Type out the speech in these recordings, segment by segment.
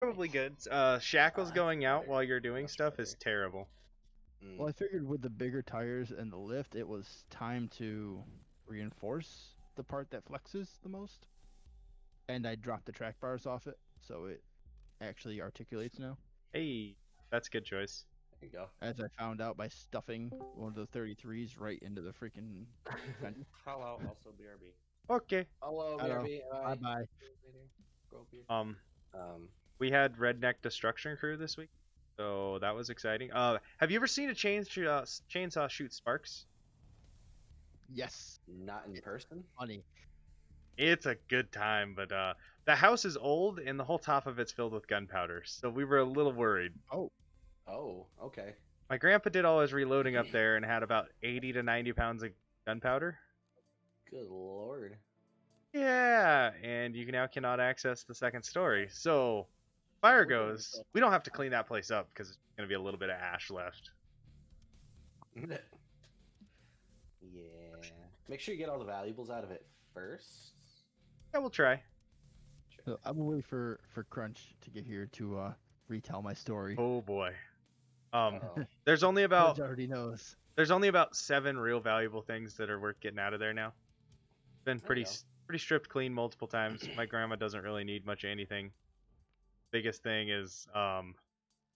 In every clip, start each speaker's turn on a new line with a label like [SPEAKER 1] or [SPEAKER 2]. [SPEAKER 1] probably good. Uh, shackles going out while you're doing stuff is terrible.
[SPEAKER 2] Mm.
[SPEAKER 3] Well, I figured with the bigger tires and the lift, it was time to reinforce the part that flexes the most. And I dropped the track bars off it, so it actually articulates now.
[SPEAKER 1] Hey, that's a good choice.
[SPEAKER 2] There you go.
[SPEAKER 3] As I found out by stuffing one of the 33s right into the freaking.
[SPEAKER 4] Hello, also BRB.
[SPEAKER 1] Okay.
[SPEAKER 4] Hello,
[SPEAKER 3] Hello.
[SPEAKER 4] BRB.
[SPEAKER 3] Bye bye.
[SPEAKER 4] Go beer.
[SPEAKER 1] Um,
[SPEAKER 2] Um,
[SPEAKER 1] we had Redneck Destruction Crew this week, so that was exciting. Uh, have you ever seen a chainsaw chainsaw shoot sparks?
[SPEAKER 3] Yes,
[SPEAKER 2] not in person.
[SPEAKER 3] money.
[SPEAKER 1] It's a good time, but uh, the house is old and the whole top of it's filled with gunpowder, so we were a little worried.
[SPEAKER 2] Oh, okay.
[SPEAKER 1] My grandpa did all his reloading up there and had about 80 to 90 pounds of gunpowder.
[SPEAKER 2] Good lord.
[SPEAKER 1] Yeah, and you now cannot access the second story. So, fire
[SPEAKER 4] Okay,
[SPEAKER 1] goes.
[SPEAKER 4] so-
[SPEAKER 1] We don't have to clean that place up because it's going to be a little bit of ash left.
[SPEAKER 2] yeah. Make sure you get all the valuables out of it first.
[SPEAKER 1] Yeah, we'll try.
[SPEAKER 2] Sure.
[SPEAKER 3] So I'm waiting for for Crunch to get here to uh retell my story.
[SPEAKER 1] Oh boy. Um,
[SPEAKER 2] Uh-oh.
[SPEAKER 1] there's only
[SPEAKER 3] Crunch
[SPEAKER 1] about
[SPEAKER 3] already knows.
[SPEAKER 1] there's only about seven real valuable things that are worth getting out of there now. It's been
[SPEAKER 2] you
[SPEAKER 1] pretty
[SPEAKER 2] go.
[SPEAKER 1] s- pretty stripped clean multiple times. My grandma doesn't really need much of anything. Biggest thing is um,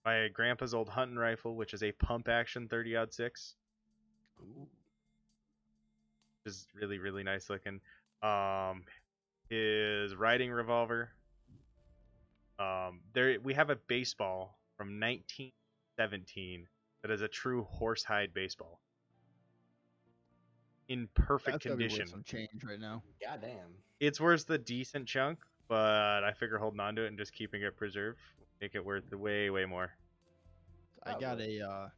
[SPEAKER 1] my grandpa's old hunting rifle, which is a pump action 30 odd six.
[SPEAKER 2] Ooh.
[SPEAKER 1] which is really really nice looking. Um, his riding revolver. Um, there we have a baseball from 1917 that is a true horsehide baseball. In perfect
[SPEAKER 3] That's gotta be worth
[SPEAKER 1] condition.
[SPEAKER 3] Some change right now.
[SPEAKER 2] God damn.
[SPEAKER 1] It's worth the decent chunk, but I figure holding on to it and just keeping it preserved will make it worth way way more.
[SPEAKER 3] I got
[SPEAKER 2] Probably.
[SPEAKER 3] a uh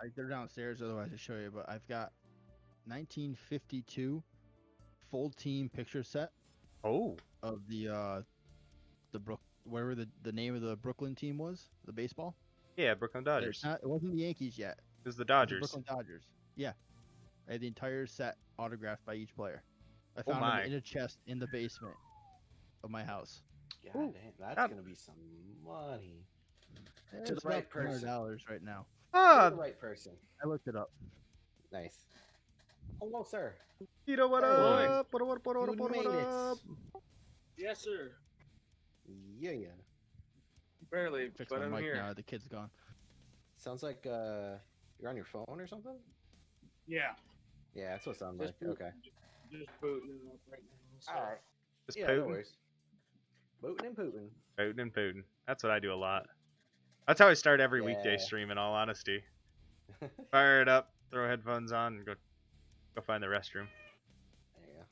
[SPEAKER 3] I, they're downstairs otherwise I'll show you, but I've got 1952 full team picture set
[SPEAKER 1] Oh,
[SPEAKER 3] of the uh the Brook whatever the, the name of the Brooklyn team was, the baseball.
[SPEAKER 1] yeah, Brooklyn
[SPEAKER 3] They're
[SPEAKER 1] Dodgers.
[SPEAKER 3] not- it wasn't the Yankees yet.
[SPEAKER 1] It was the
[SPEAKER 3] it was the
[SPEAKER 1] Dodgers.
[SPEAKER 3] Brooklyn Dodgers. Yeah. I had the entire set autographed by each player. I found
[SPEAKER 1] Oh my.
[SPEAKER 3] it in a chest in the basement of my house.
[SPEAKER 2] God
[SPEAKER 1] Ooh. Um,
[SPEAKER 2] damn. That's
[SPEAKER 1] That-
[SPEAKER 2] gonna be some money.
[SPEAKER 3] It's
[SPEAKER 2] the right
[SPEAKER 3] about
[SPEAKER 2] person.
[SPEAKER 3] dollars right now.
[SPEAKER 2] You're
[SPEAKER 1] Ah,
[SPEAKER 2] the right person.
[SPEAKER 3] I looked it up.
[SPEAKER 2] Nice. Hello, sir.
[SPEAKER 1] you know what
[SPEAKER 2] Hey,
[SPEAKER 1] up? What up? What up? What
[SPEAKER 2] You
[SPEAKER 1] up? What
[SPEAKER 2] made
[SPEAKER 1] up?
[SPEAKER 2] it.
[SPEAKER 4] Yes, sir.
[SPEAKER 2] Yeah, yeah.
[SPEAKER 4] Barely,
[SPEAKER 3] Fix
[SPEAKER 4] but
[SPEAKER 3] my
[SPEAKER 4] I'm
[SPEAKER 3] mic
[SPEAKER 4] here.
[SPEAKER 3] now. The kid's gone.
[SPEAKER 2] Sounds like uh, you're on your phone or something.
[SPEAKER 4] Yeah.
[SPEAKER 2] Yeah, that's what it sounds like.
[SPEAKER 4] Just boot-
[SPEAKER 2] Okay.
[SPEAKER 4] Just booting it up right now. so-
[SPEAKER 2] All right.
[SPEAKER 1] Just
[SPEAKER 2] yeah, no
[SPEAKER 1] Putin.
[SPEAKER 2] worries. Booting and pooting.
[SPEAKER 1] Putin and Putin. That's what I do a lot. That's how I start every weekday
[SPEAKER 2] Yeah.
[SPEAKER 1] stream. In all honesty, fire it up, throw headphones on, and go go find the restroom.
[SPEAKER 2] yeah.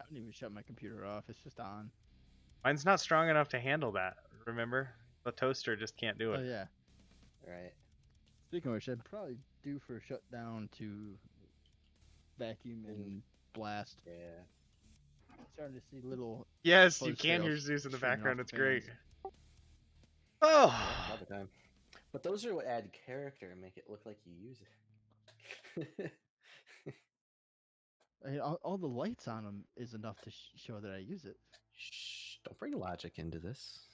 [SPEAKER 3] I didn't even shut my computer off. It's just on.
[SPEAKER 1] Mine's not strong enough to handle that. Remember, the toaster just can't do
[SPEAKER 3] Oh
[SPEAKER 1] it.
[SPEAKER 3] yeah.
[SPEAKER 2] All right.
[SPEAKER 3] Speaking of which, I'd probably do for a shutdown to vacuum and
[SPEAKER 1] Mm.
[SPEAKER 3] blast.
[SPEAKER 2] Yeah.
[SPEAKER 3] I'm starting to see little.
[SPEAKER 1] Yes, you
[SPEAKER 3] Closed
[SPEAKER 1] can hear
[SPEAKER 3] tails
[SPEAKER 1] Zeus in the
[SPEAKER 3] shooting off
[SPEAKER 1] background.
[SPEAKER 3] the
[SPEAKER 1] It's great.
[SPEAKER 3] fans.
[SPEAKER 1] Oh,
[SPEAKER 2] All the time. But those are what add character and make it look like you use it.
[SPEAKER 3] I mean, all, all the lights on them is enough to sh- show that I use it.
[SPEAKER 2] Shh, don't bring logic into this.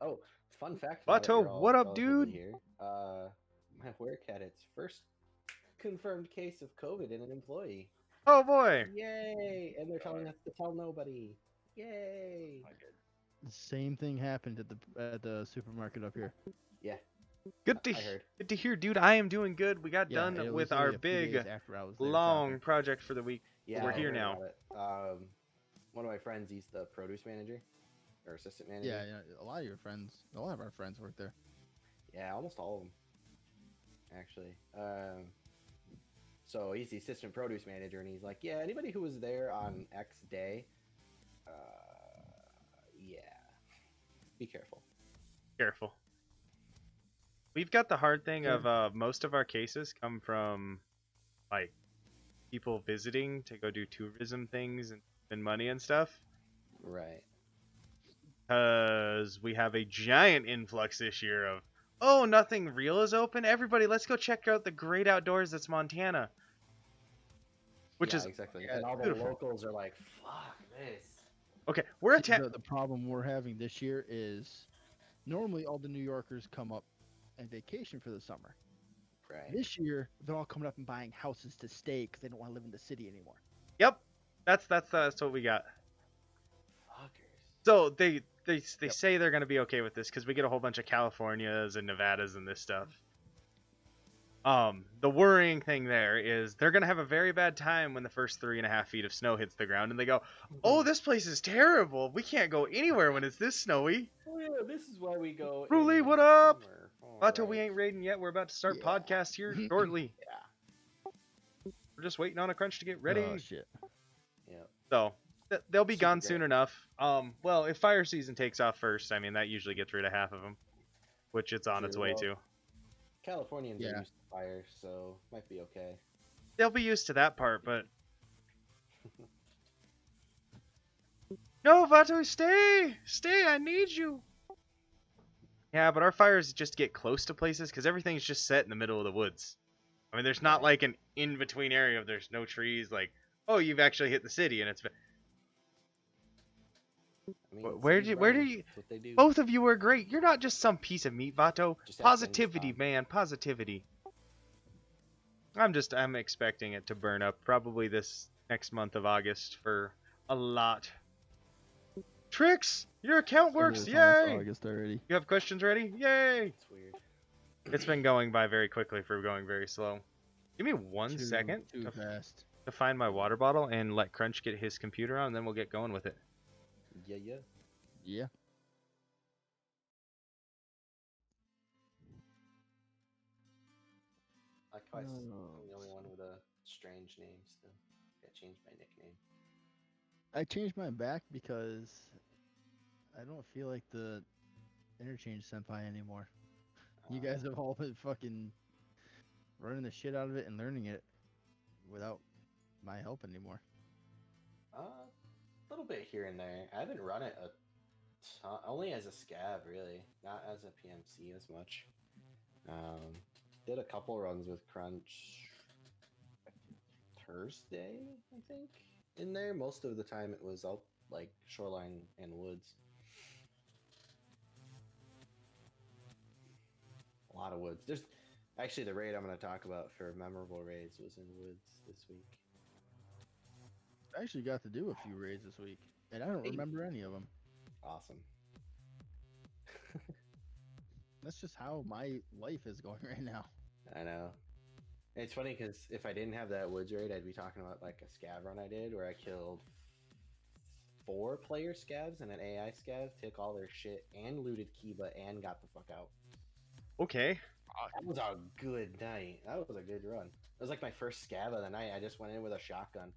[SPEAKER 2] Oh, fun fact. now that
[SPEAKER 1] Vato,
[SPEAKER 2] you're all
[SPEAKER 1] what up,
[SPEAKER 2] relatively
[SPEAKER 1] dude?
[SPEAKER 2] Here, uh, my work had its first confirmed case of COVID in an employee.
[SPEAKER 1] oh boy.
[SPEAKER 2] Yay! And they're telling
[SPEAKER 4] God.
[SPEAKER 2] us to tell nobody. Yay!
[SPEAKER 3] Oh,
[SPEAKER 4] I did.
[SPEAKER 3] The same thing happened at the at the supermarket up here.
[SPEAKER 1] Good to
[SPEAKER 2] I heard.
[SPEAKER 1] good to hear, dude. I am doing good. We got
[SPEAKER 3] Yeah, it
[SPEAKER 1] done
[SPEAKER 3] was
[SPEAKER 1] with
[SPEAKER 3] literally
[SPEAKER 1] our
[SPEAKER 3] a few days
[SPEAKER 1] big
[SPEAKER 3] after I was there, so-
[SPEAKER 1] long project for the week.
[SPEAKER 2] Yeah,
[SPEAKER 1] we're
[SPEAKER 2] I
[SPEAKER 1] here
[SPEAKER 2] heard
[SPEAKER 1] now.
[SPEAKER 2] about it. Um, one of my friends, he's the produce manager or assistant manager.
[SPEAKER 3] Yeah, yeah, a lot of your friends, a lot of our friends work there.
[SPEAKER 2] Yeah, almost all of them, actually. Um, so he's the assistant produce manager, and he's like, yeah, anybody who was there on X day, uh, yeah, be careful.
[SPEAKER 1] careful. We've got the hard thing
[SPEAKER 3] Yeah.
[SPEAKER 1] of uh, most of our cases come from like people visiting to go do tourism things and spend money and stuff
[SPEAKER 2] Right.
[SPEAKER 1] because we have a giant influx this year of oh nothing real is open everybody let's go check out the great outdoors that's montana which
[SPEAKER 2] Yeah,
[SPEAKER 1] is
[SPEAKER 2] exactly.
[SPEAKER 1] yeah,
[SPEAKER 2] and all the
[SPEAKER 1] beautiful.
[SPEAKER 2] locals are like, fuck this.
[SPEAKER 1] Okay, we're attacking.
[SPEAKER 3] the, the problem we're having this year is normally all the New Yorkers come up and vacation for the summer.
[SPEAKER 2] Right.
[SPEAKER 3] This year, they're all coming up and buying houses to stay because they don't want to live in the city anymore.
[SPEAKER 1] Yep, that's that's that's what we got.
[SPEAKER 2] Fuckers.
[SPEAKER 1] So they they they
[SPEAKER 3] Yep.
[SPEAKER 1] say they're gonna be okay with this because we get a whole bunch of Californias and Nevadas and this stuff. Um, the worrying thing there is they're gonna have a very bad time when the first three and a half feet of snow hits the ground, and they go, "Oh, this place is terrible. We can't go anywhere when it's this snowy."
[SPEAKER 2] Oh, yeah, this is why we go.
[SPEAKER 1] Ruli,
[SPEAKER 2] in
[SPEAKER 1] what up?
[SPEAKER 2] summer.
[SPEAKER 1] Lato,
[SPEAKER 2] Alright.
[SPEAKER 1] we ain't raiding yet. We're about to start
[SPEAKER 3] Yeah.
[SPEAKER 1] podcast here shortly.
[SPEAKER 2] Yeah.
[SPEAKER 1] We're just waiting on a crunch to get ready.
[SPEAKER 3] Oh, shit.
[SPEAKER 2] Yeah.
[SPEAKER 1] So th- they'll be
[SPEAKER 2] Super
[SPEAKER 1] gone
[SPEAKER 2] great.
[SPEAKER 1] soon enough. Um, well, if fire season takes off first, I mean that usually gets rid of half of them, which it's on its
[SPEAKER 2] True,
[SPEAKER 1] way to.
[SPEAKER 2] well- Californians
[SPEAKER 3] Yeah.
[SPEAKER 2] are used to fire, so might be okay.
[SPEAKER 1] They'll be used to that part, but no, Vato, stay, stay, I need you. Yeah, but our fires just get close to places because everything's just set in the middle of the woods. I mean, there's not
[SPEAKER 2] Right.
[SPEAKER 1] like an in between area of there's no trees. Like, oh, you've actually hit the city, and it's
[SPEAKER 2] I mean,
[SPEAKER 1] Wh-
[SPEAKER 2] it's
[SPEAKER 1] where
[SPEAKER 2] city
[SPEAKER 1] do- where do
[SPEAKER 2] burning.
[SPEAKER 1] you-
[SPEAKER 2] That's what they do.
[SPEAKER 1] both of you are great. You're not just some piece of meat, Vato.
[SPEAKER 2] Just have things
[SPEAKER 1] Positivity,
[SPEAKER 2] on.
[SPEAKER 1] man. Positivity. I'm just I'm expecting it to burn up probably this next month of August for a lot. Tricks, your account works.
[SPEAKER 3] It's
[SPEAKER 1] Yay!
[SPEAKER 3] almost August already.
[SPEAKER 1] You have questions ready? Yay!
[SPEAKER 2] It's weird.
[SPEAKER 1] It's been going by very quickly for going very slow. Give me one
[SPEAKER 3] Too-
[SPEAKER 1] second
[SPEAKER 3] Too
[SPEAKER 1] to,
[SPEAKER 3] fast.
[SPEAKER 1] to find my water bottle and let Crunch get his computer on, then we'll get going with it.
[SPEAKER 2] Yeah, yeah.
[SPEAKER 3] Yeah.
[SPEAKER 2] Like how I s-
[SPEAKER 3] Oh,
[SPEAKER 2] I'm the only one with a strange name still. I changed my nickname.
[SPEAKER 3] I changed mine back because I don't feel like the interchange senpai anymore. You
[SPEAKER 2] Uh,
[SPEAKER 3] guys have all been fucking running the shit out of it and learning it without my help anymore.
[SPEAKER 2] Uh, A little bit here and there. I haven't run it a ton, only as a scab, really, not as a PMC as much. Um, did a couple runs with Crunch Thursday, I think. In there, most of the time it was out like shoreline and woods. A lot of woods. There's actually the raid I'm going to talk about for memorable raids was in woods this week.
[SPEAKER 3] I actually got to do a few raids this week, and I don't
[SPEAKER 2] Hey.
[SPEAKER 3] remember any of them.
[SPEAKER 2] Awesome.
[SPEAKER 3] That's just how my life is going right now.
[SPEAKER 2] I know. It's funny because if I didn't have that woods raid, I'd be talking about like a scab run I did where I killed four player scabs and an AI scab, took all their shit and looted Kiba and got the fuck out.
[SPEAKER 1] Okay.
[SPEAKER 2] That was a good night. That was a good run. It was like my first scab of the night. I just went in with a shotgun.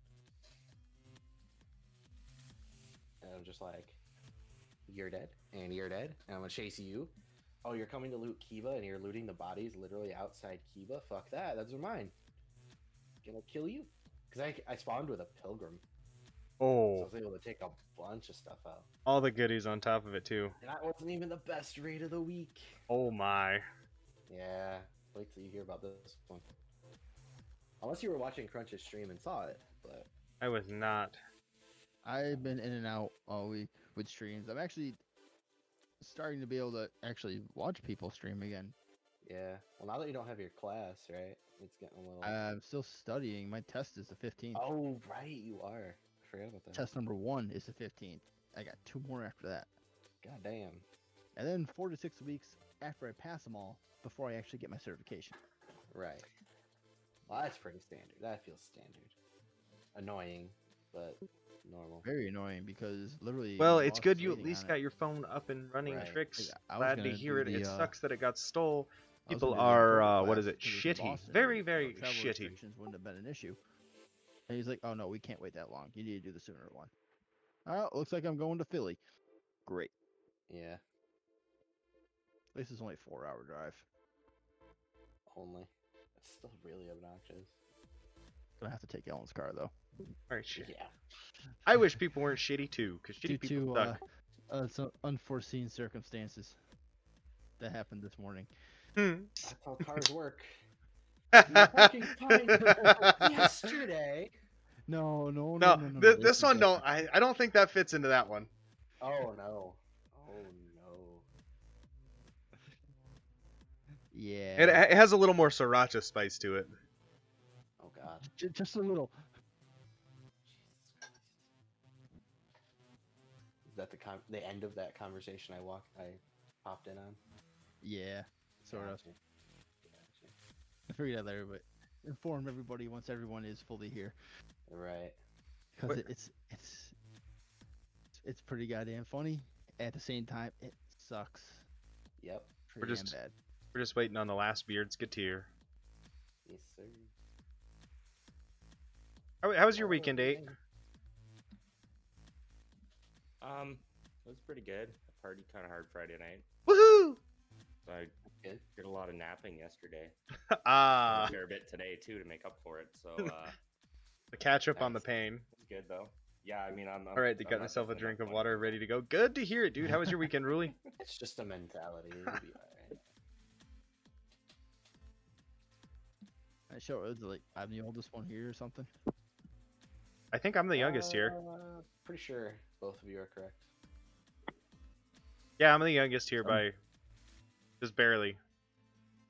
[SPEAKER 2] And I'm just like, you're dead, and you're dead, and I'm gonna chase you. Oh, you're coming to loot Kiba, and you're looting the bodies literally outside Kiba. Fuck that. Those are mine. Gonna kill you. Because I, I spawned with a pilgrim, so I
[SPEAKER 1] Oh,
[SPEAKER 2] was able to take a bunch of stuff out.
[SPEAKER 1] all the goodies on top of it too.
[SPEAKER 2] And that wasn't even the best raid of the week.
[SPEAKER 1] Oh my.
[SPEAKER 2] Yeah, wait till you hear about this one. Unless you were watching Crunch's stream and saw it, but
[SPEAKER 1] I was not.
[SPEAKER 3] I've been in and out all week with streams. I'm actually starting to be able to actually watch people stream again.
[SPEAKER 2] yeah. Well, now that you don't have your class, right? It's getting a
[SPEAKER 1] Oh.
[SPEAKER 2] little.
[SPEAKER 3] I'm still studying. My test is the 15th.
[SPEAKER 2] oh, right, you are. I forgot about that.
[SPEAKER 3] Test number one is the 15th. I got two more after that.
[SPEAKER 2] God damn.
[SPEAKER 3] And then four to six weeks after I pass them all before I actually get my certification.
[SPEAKER 2] Right. Well, that's pretty standard. That feels standard. Annoying, but normal.
[SPEAKER 3] Very annoying because literally.
[SPEAKER 1] Well,
[SPEAKER 3] my
[SPEAKER 1] it's
[SPEAKER 3] boss
[SPEAKER 1] good
[SPEAKER 3] is
[SPEAKER 1] you at
[SPEAKER 3] waiting
[SPEAKER 1] least
[SPEAKER 3] on it.
[SPEAKER 1] got your phone up and running,
[SPEAKER 2] Right.
[SPEAKER 1] Tricks.
[SPEAKER 3] Like, I was
[SPEAKER 1] Glad to
[SPEAKER 3] gonna
[SPEAKER 1] hear it.
[SPEAKER 3] do
[SPEAKER 1] it
[SPEAKER 3] the, uh,
[SPEAKER 1] sucks that it got stole.
[SPEAKER 3] I was
[SPEAKER 1] People
[SPEAKER 3] gonna do the
[SPEAKER 1] are,
[SPEAKER 3] October
[SPEAKER 1] uh, what is
[SPEAKER 3] class
[SPEAKER 1] it?
[SPEAKER 3] because it's in
[SPEAKER 1] Shitty.
[SPEAKER 3] Boston,
[SPEAKER 1] Very,
[SPEAKER 3] so
[SPEAKER 1] very
[SPEAKER 3] travel
[SPEAKER 1] shitty.
[SPEAKER 3] restrictions Wouldn't have been an issue. And he's like, "Oh no, we can't wait that long. You need to do the sooner one." Oh, looks like I'm going to Philly. Great.
[SPEAKER 2] Yeah,
[SPEAKER 3] At least it's only a four-hour drive.
[SPEAKER 2] only. It's still really obnoxious.
[SPEAKER 3] Gonna have to take Ellen's car though.
[SPEAKER 1] Very shitty.
[SPEAKER 2] Yeah.
[SPEAKER 1] I wish people weren't shitty too, because
[SPEAKER 3] Due
[SPEAKER 1] shitty people
[SPEAKER 3] to
[SPEAKER 1] suck.
[SPEAKER 3] uh, uh, some unforeseen circumstances that happened this morning.
[SPEAKER 1] Hmm.
[SPEAKER 2] That's how cars work. You were fucking fine till Yesterday.
[SPEAKER 3] No, no,
[SPEAKER 1] No,
[SPEAKER 3] no. no, no,
[SPEAKER 1] thi-
[SPEAKER 3] no,
[SPEAKER 1] this one
[SPEAKER 3] is
[SPEAKER 1] don't. I, I don't think that fits into that one.
[SPEAKER 2] Oh no. Oh no.
[SPEAKER 3] different. Yeah.
[SPEAKER 1] It, it has a little more sriracha spice to it.
[SPEAKER 2] Oh god.
[SPEAKER 3] J- just a little.
[SPEAKER 2] Jesus Christ. Is that the con- the end of that conversation I walked I popped in on?
[SPEAKER 3] Yeah. Sort of.
[SPEAKER 2] Gotcha. Gotcha.
[SPEAKER 3] I figured out later, but inform everybody once everyone is fully here
[SPEAKER 2] Right.
[SPEAKER 3] because
[SPEAKER 1] What-
[SPEAKER 3] it, it's it's it's pretty goddamn funny. At the same time, it sucks.
[SPEAKER 2] Yep.
[SPEAKER 3] Pretty damn
[SPEAKER 1] just-
[SPEAKER 3] bad.
[SPEAKER 1] We're just waiting on the last beard's gatir.
[SPEAKER 2] Yes, sir.
[SPEAKER 1] How, how was
[SPEAKER 3] Oh,
[SPEAKER 1] your weekend, eight?
[SPEAKER 5] Um, it was pretty good. I partied kind of hard Friday night.
[SPEAKER 1] Woohoo!
[SPEAKER 5] So I
[SPEAKER 2] Good.
[SPEAKER 5] did a lot of napping yesterday.
[SPEAKER 1] Ah,
[SPEAKER 5] a fair bit today too to make up for it. So uh, it
[SPEAKER 1] the catch up on the pain.
[SPEAKER 5] was good though. Yeah, I mean I'm.
[SPEAKER 1] All right, they got myself a drink of water, ready to go. Good to hear it, dude. How was your weekend, Ruli?
[SPEAKER 2] It's just a mentality. It'll be alright.
[SPEAKER 3] I show it like I'm the oldest one here or something.
[SPEAKER 1] I think I'm the youngest here.
[SPEAKER 2] Uh, pretty sure both of you are correct.
[SPEAKER 1] Yeah, I'm the youngest here by just barely.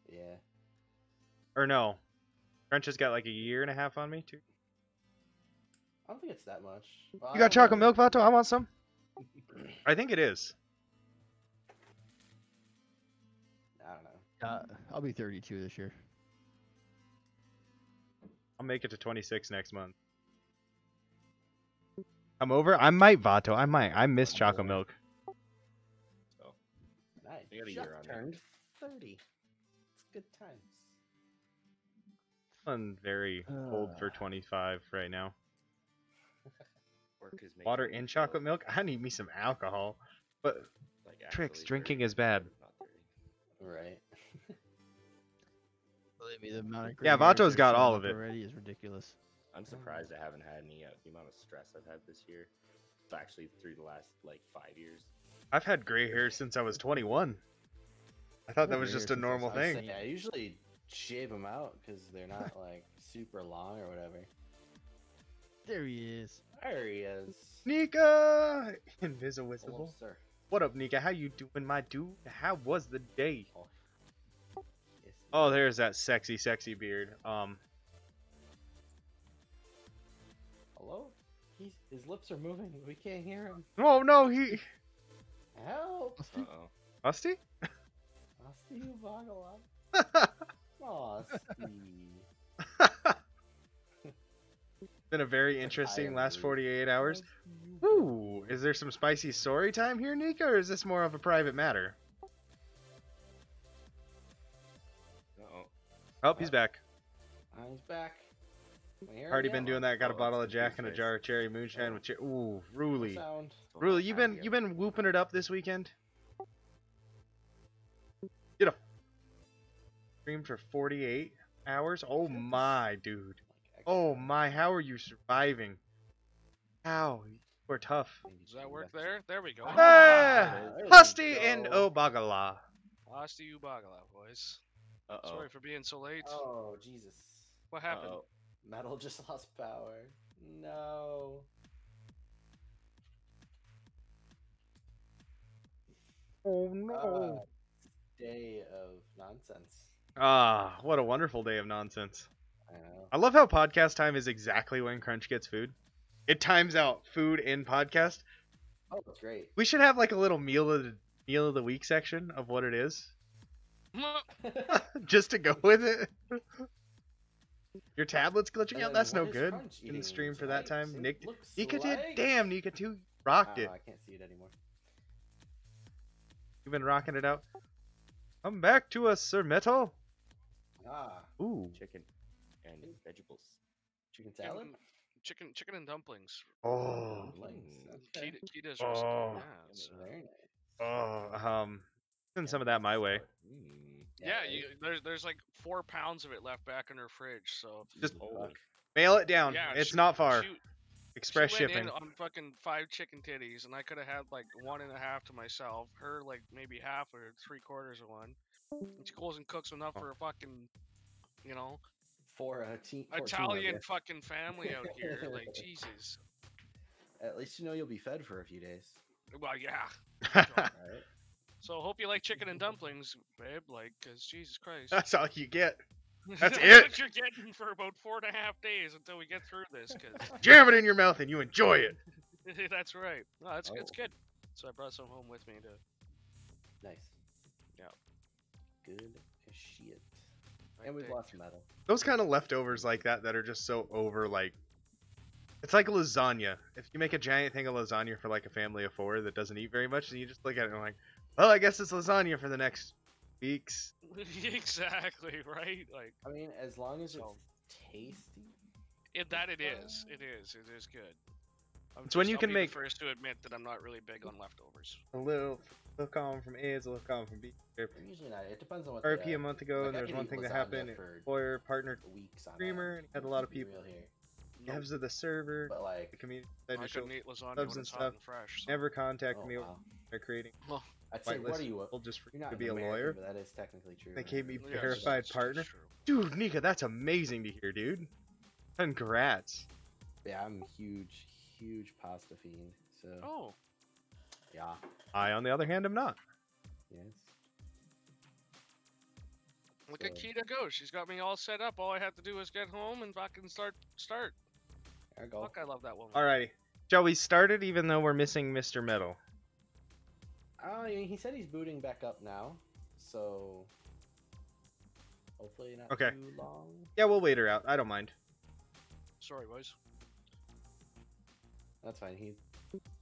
[SPEAKER 2] Yeah.
[SPEAKER 1] Or no, French has got like a year and a half on me too.
[SPEAKER 2] I don't think it's that much. Well, I
[SPEAKER 1] You got
[SPEAKER 2] don't know.
[SPEAKER 1] chocolate milk, Vato? I want some. I think it is.
[SPEAKER 2] I don't know.
[SPEAKER 3] Uh, I'll be 32 this year.
[SPEAKER 1] I'll make it to 26 next month. I'm over. I might Vato. I might. I miss
[SPEAKER 5] Oh,
[SPEAKER 1] chocolate
[SPEAKER 5] boy.
[SPEAKER 1] milk.
[SPEAKER 2] Nice.
[SPEAKER 5] I got a
[SPEAKER 2] Just
[SPEAKER 5] year on that.
[SPEAKER 2] turned thirty. It's good times.
[SPEAKER 1] I'm very old for
[SPEAKER 3] Uh.
[SPEAKER 1] 25 right now.
[SPEAKER 5] Work is making
[SPEAKER 1] Water
[SPEAKER 5] me
[SPEAKER 1] and
[SPEAKER 5] feel
[SPEAKER 1] chocolate milk. I need me some alcohol. But
[SPEAKER 5] like
[SPEAKER 1] tricks,
[SPEAKER 5] actually
[SPEAKER 1] drinking
[SPEAKER 5] 30,
[SPEAKER 1] is bad.
[SPEAKER 5] not 30.
[SPEAKER 2] Right.
[SPEAKER 3] Believe me, the amount of
[SPEAKER 1] Yeah,
[SPEAKER 3] gray hairs
[SPEAKER 1] Vato's
[SPEAKER 3] I've
[SPEAKER 1] got
[SPEAKER 3] shown
[SPEAKER 1] all
[SPEAKER 3] up
[SPEAKER 1] of it.
[SPEAKER 3] already is ridiculous.
[SPEAKER 5] I'm surprised I haven't had any uh, the amount of stress I've had this year. It's actually through the last like five years.
[SPEAKER 1] I've had gray hair since I was 21. I thought
[SPEAKER 3] I've had
[SPEAKER 1] that was
[SPEAKER 3] gray hair
[SPEAKER 1] just a
[SPEAKER 3] since I was
[SPEAKER 1] normal
[SPEAKER 2] I was
[SPEAKER 1] thing.
[SPEAKER 2] saying, I usually shave them out because they're not like super long or whatever.
[SPEAKER 3] There he is.
[SPEAKER 2] There he is.
[SPEAKER 1] Nika,
[SPEAKER 2] Hello,
[SPEAKER 1] invisible.
[SPEAKER 2] sir.
[SPEAKER 1] What up, Nika? How you doing, my dude? How was the day?
[SPEAKER 2] Yes, he
[SPEAKER 1] Oh,
[SPEAKER 2] Oh. is.
[SPEAKER 1] there's that sexy, sexy beard. Um,
[SPEAKER 2] Hello. He's, his lips are moving. We can't hear him.
[SPEAKER 1] oh no, he
[SPEAKER 2] Help!
[SPEAKER 3] Musty?
[SPEAKER 5] Uh oh.
[SPEAKER 1] Musty.
[SPEAKER 2] I'll see you, Vagala. Aw, Steve.
[SPEAKER 1] Been a very interesting
[SPEAKER 2] am
[SPEAKER 1] last
[SPEAKER 2] rude.
[SPEAKER 1] 48 hours.
[SPEAKER 2] I'll see you,
[SPEAKER 1] Ooh, is there some spicy story time here, Nika, or is this more of a private matter?
[SPEAKER 5] Uh oh.
[SPEAKER 1] Oh,
[SPEAKER 3] Uh,
[SPEAKER 1] he's back.
[SPEAKER 2] Vagala. He's back. Can we hear him
[SPEAKER 1] Already
[SPEAKER 2] yet?
[SPEAKER 1] been doing that. Got a
[SPEAKER 5] Oh,
[SPEAKER 1] bottle of
[SPEAKER 5] that's
[SPEAKER 1] Jack
[SPEAKER 5] his
[SPEAKER 1] and a
[SPEAKER 5] face.
[SPEAKER 1] jar of cherry moonshine with cher- Ooh, Ruly.
[SPEAKER 2] Sound.
[SPEAKER 1] Ruly, you've been you've been whooping it up this weekend. Get up. Streamed for 48 hours. Oh
[SPEAKER 2] Goodness.
[SPEAKER 1] my, dude.
[SPEAKER 2] Like,
[SPEAKER 1] Oh my, how are you surviving? How? You're tough.
[SPEAKER 2] maybe
[SPEAKER 4] Does that
[SPEAKER 2] two
[SPEAKER 4] work
[SPEAKER 2] left.
[SPEAKER 4] there? There we go.
[SPEAKER 1] Ah!
[SPEAKER 2] there we
[SPEAKER 1] Husty
[SPEAKER 2] go.
[SPEAKER 1] and Obagala.
[SPEAKER 4] Hasta you bagala, boys.
[SPEAKER 5] Uh oh.
[SPEAKER 4] Sorry for being so late.
[SPEAKER 2] Oh Jesus!
[SPEAKER 4] What happened?
[SPEAKER 2] Metal just lost power. No.
[SPEAKER 1] Oh
[SPEAKER 2] Uh, day of nonsense.
[SPEAKER 1] Ah, what a wonderful day of nonsense.
[SPEAKER 2] I know.
[SPEAKER 1] I love how podcast time is exactly when Crunch gets food. It times out food and podcast.
[SPEAKER 2] Oh, it's great.
[SPEAKER 1] We should have like a little meal of the meal of the week section of what it is.
[SPEAKER 3] Oh.
[SPEAKER 1] just to go with it. Your tablet's glitching out.
[SPEAKER 2] And
[SPEAKER 1] That's
[SPEAKER 2] Uh, what
[SPEAKER 1] no
[SPEAKER 2] is
[SPEAKER 1] good.
[SPEAKER 2] Crunch
[SPEAKER 1] Didn't
[SPEAKER 2] eating
[SPEAKER 1] stream for that
[SPEAKER 2] tonight?
[SPEAKER 1] time.
[SPEAKER 2] See,
[SPEAKER 1] Nick-
[SPEAKER 2] looks
[SPEAKER 1] Nika did.
[SPEAKER 2] like-
[SPEAKER 1] Damn, Nika too. Rocked it.
[SPEAKER 2] Oh, I can't see it anymore.
[SPEAKER 1] You've been rocking it out. Come back to us, Sir Metal.
[SPEAKER 2] Ah,
[SPEAKER 1] Ooh.
[SPEAKER 5] Chicken and vegetables.
[SPEAKER 2] chicken
[SPEAKER 4] Chicken-
[SPEAKER 2] salad.
[SPEAKER 4] Chicken, chicken and dumplings.
[SPEAKER 1] Oh.
[SPEAKER 2] Dumplings,
[SPEAKER 5] Mm.
[SPEAKER 2] okay.
[SPEAKER 4] Kita, Kita's
[SPEAKER 1] Oh.
[SPEAKER 4] recipe. Yeah, so-
[SPEAKER 2] Very nice.
[SPEAKER 1] Oh. Um. Send some of that my way.
[SPEAKER 5] Mm.
[SPEAKER 4] yeah,
[SPEAKER 2] right?
[SPEAKER 4] you, there, there's like four pounds of it left back in her fridge. So
[SPEAKER 1] Just
[SPEAKER 5] Holy
[SPEAKER 1] mail it down.
[SPEAKER 4] Yeah,
[SPEAKER 1] it's
[SPEAKER 4] she-
[SPEAKER 1] not far.
[SPEAKER 4] she, she
[SPEAKER 1] Express
[SPEAKER 4] went
[SPEAKER 1] shipping.
[SPEAKER 4] in on fucking five chicken titties, and I could have had like one and a half to myself. Her like maybe half or three quarters of one. And she goes and cooks enough
[SPEAKER 1] Oh.
[SPEAKER 4] for a fucking, you know,
[SPEAKER 2] for a teen. for a teen of
[SPEAKER 4] Italian
[SPEAKER 2] you.
[SPEAKER 4] fucking family out here. Like Jesus.
[SPEAKER 2] At least you know you'll be fed for a few days.
[SPEAKER 4] Well, yeah.
[SPEAKER 2] All right.
[SPEAKER 4] So hope you like chicken and dumplings, babe. Like, cause Jesus Christ.
[SPEAKER 1] That's all you get. that's it.
[SPEAKER 4] what you're getting for about four and a half days until we get through this. Cause
[SPEAKER 1] Jam it in your mouth and you enjoy it.
[SPEAKER 4] that's right. No, that's it's
[SPEAKER 2] Oh.
[SPEAKER 4] good. So I brought some home with me to.
[SPEAKER 2] Nice.
[SPEAKER 4] Yeah.
[SPEAKER 2] Good as shit.
[SPEAKER 4] like,
[SPEAKER 2] And we've
[SPEAKER 4] to-
[SPEAKER 2] lost metal.
[SPEAKER 1] Those kind of leftovers like that that are just so over like it's like lasagna. If you make a giant thing of lasagna for like a family of four that doesn't eat very much, then you just look at it and like, well, I guess it's lasagna for the next weeks.
[SPEAKER 4] exactly right. Like
[SPEAKER 2] I mean, as long as
[SPEAKER 4] So-
[SPEAKER 2] it's tasty.
[SPEAKER 4] it, that, it is. It is. It is good.
[SPEAKER 1] Um,
[SPEAKER 4] I'm
[SPEAKER 1] It's when
[SPEAKER 4] just-
[SPEAKER 1] you
[SPEAKER 4] I'll
[SPEAKER 1] can
[SPEAKER 4] be the
[SPEAKER 1] make-
[SPEAKER 4] first to admit that I'm not really big on leftovers.
[SPEAKER 1] A little, little column from A is a little column from B.
[SPEAKER 2] I'm usually not. It depends on what.
[SPEAKER 1] RP
[SPEAKER 2] the,
[SPEAKER 1] a month ago,
[SPEAKER 2] like,
[SPEAKER 1] and
[SPEAKER 2] I
[SPEAKER 1] there's
[SPEAKER 2] could
[SPEAKER 1] one
[SPEAKER 2] eat
[SPEAKER 1] thing that
[SPEAKER 2] lasagna
[SPEAKER 1] happened.
[SPEAKER 2] for
[SPEAKER 1] Employer, partner,
[SPEAKER 2] weeks on
[SPEAKER 1] streamer,
[SPEAKER 2] end,
[SPEAKER 1] and he had a
[SPEAKER 2] let's
[SPEAKER 1] lot of
[SPEAKER 2] be real
[SPEAKER 1] people.
[SPEAKER 2] here.
[SPEAKER 4] Nope.
[SPEAKER 1] Evs of the server,
[SPEAKER 2] But
[SPEAKER 1] the
[SPEAKER 2] like,
[SPEAKER 1] community,
[SPEAKER 4] I
[SPEAKER 1] social,
[SPEAKER 4] couldn't eat lasagna when
[SPEAKER 1] subs
[SPEAKER 4] it's
[SPEAKER 1] and stuff.
[SPEAKER 4] hot and fresh. so-
[SPEAKER 1] never contact
[SPEAKER 2] oh,
[SPEAKER 1] me when
[SPEAKER 2] wow.
[SPEAKER 1] they're creating.
[SPEAKER 4] Well,
[SPEAKER 2] I'd say, what
[SPEAKER 1] whitelist
[SPEAKER 2] are you?
[SPEAKER 1] Well, just for
[SPEAKER 2] You're
[SPEAKER 1] you
[SPEAKER 2] not
[SPEAKER 1] to
[SPEAKER 2] an
[SPEAKER 1] be a
[SPEAKER 2] American,
[SPEAKER 1] lawyer.
[SPEAKER 2] but that is technically true.
[SPEAKER 1] They gave me
[SPEAKER 4] yeah,
[SPEAKER 1] a
[SPEAKER 4] it's-
[SPEAKER 1] verified
[SPEAKER 4] it's
[SPEAKER 1] partner.
[SPEAKER 4] true.
[SPEAKER 1] Dude, Nika, that's amazing to hear, dude. Congrats.
[SPEAKER 2] Yeah, I'm huge, huge pasta fiend. So
[SPEAKER 4] Oh,
[SPEAKER 2] yeah,
[SPEAKER 1] I, on the other hand, am not.
[SPEAKER 2] yes.
[SPEAKER 4] look at
[SPEAKER 2] So-
[SPEAKER 4] Kita go. She's got me all set up. All I have to do is get home and fucking start. Start.
[SPEAKER 2] There you go.
[SPEAKER 4] Fuck, I love that woman.
[SPEAKER 1] Alrighty. Shall we start it even though we're missing Mr. Metal?
[SPEAKER 2] Oh, yeah, he said he's booting back up now, so hopefully not
[SPEAKER 1] Okay.
[SPEAKER 2] too long.
[SPEAKER 1] Yeah, we'll wait her out. I don't mind.
[SPEAKER 4] Sorry, boys.
[SPEAKER 2] That's fine. He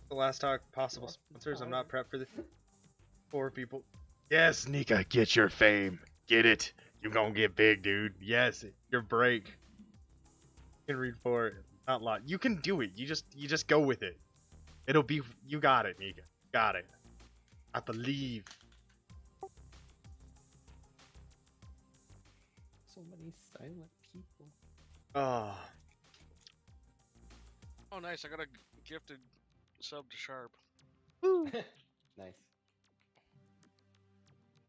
[SPEAKER 1] The last talk, possible sponsors. I'm not prepped for the four people. Yes, Nika, get your fame. Get it. You're gonna get big, dude. Yes, your break. You can read for it. Not a lot. You can do it. You just you just go with it. It'll be you got it, Nika. Got it. I believe.
[SPEAKER 2] so many silent people.
[SPEAKER 1] Oh,
[SPEAKER 4] Oh, nice. I got a g- gifted sub to Sharp.
[SPEAKER 2] Nice.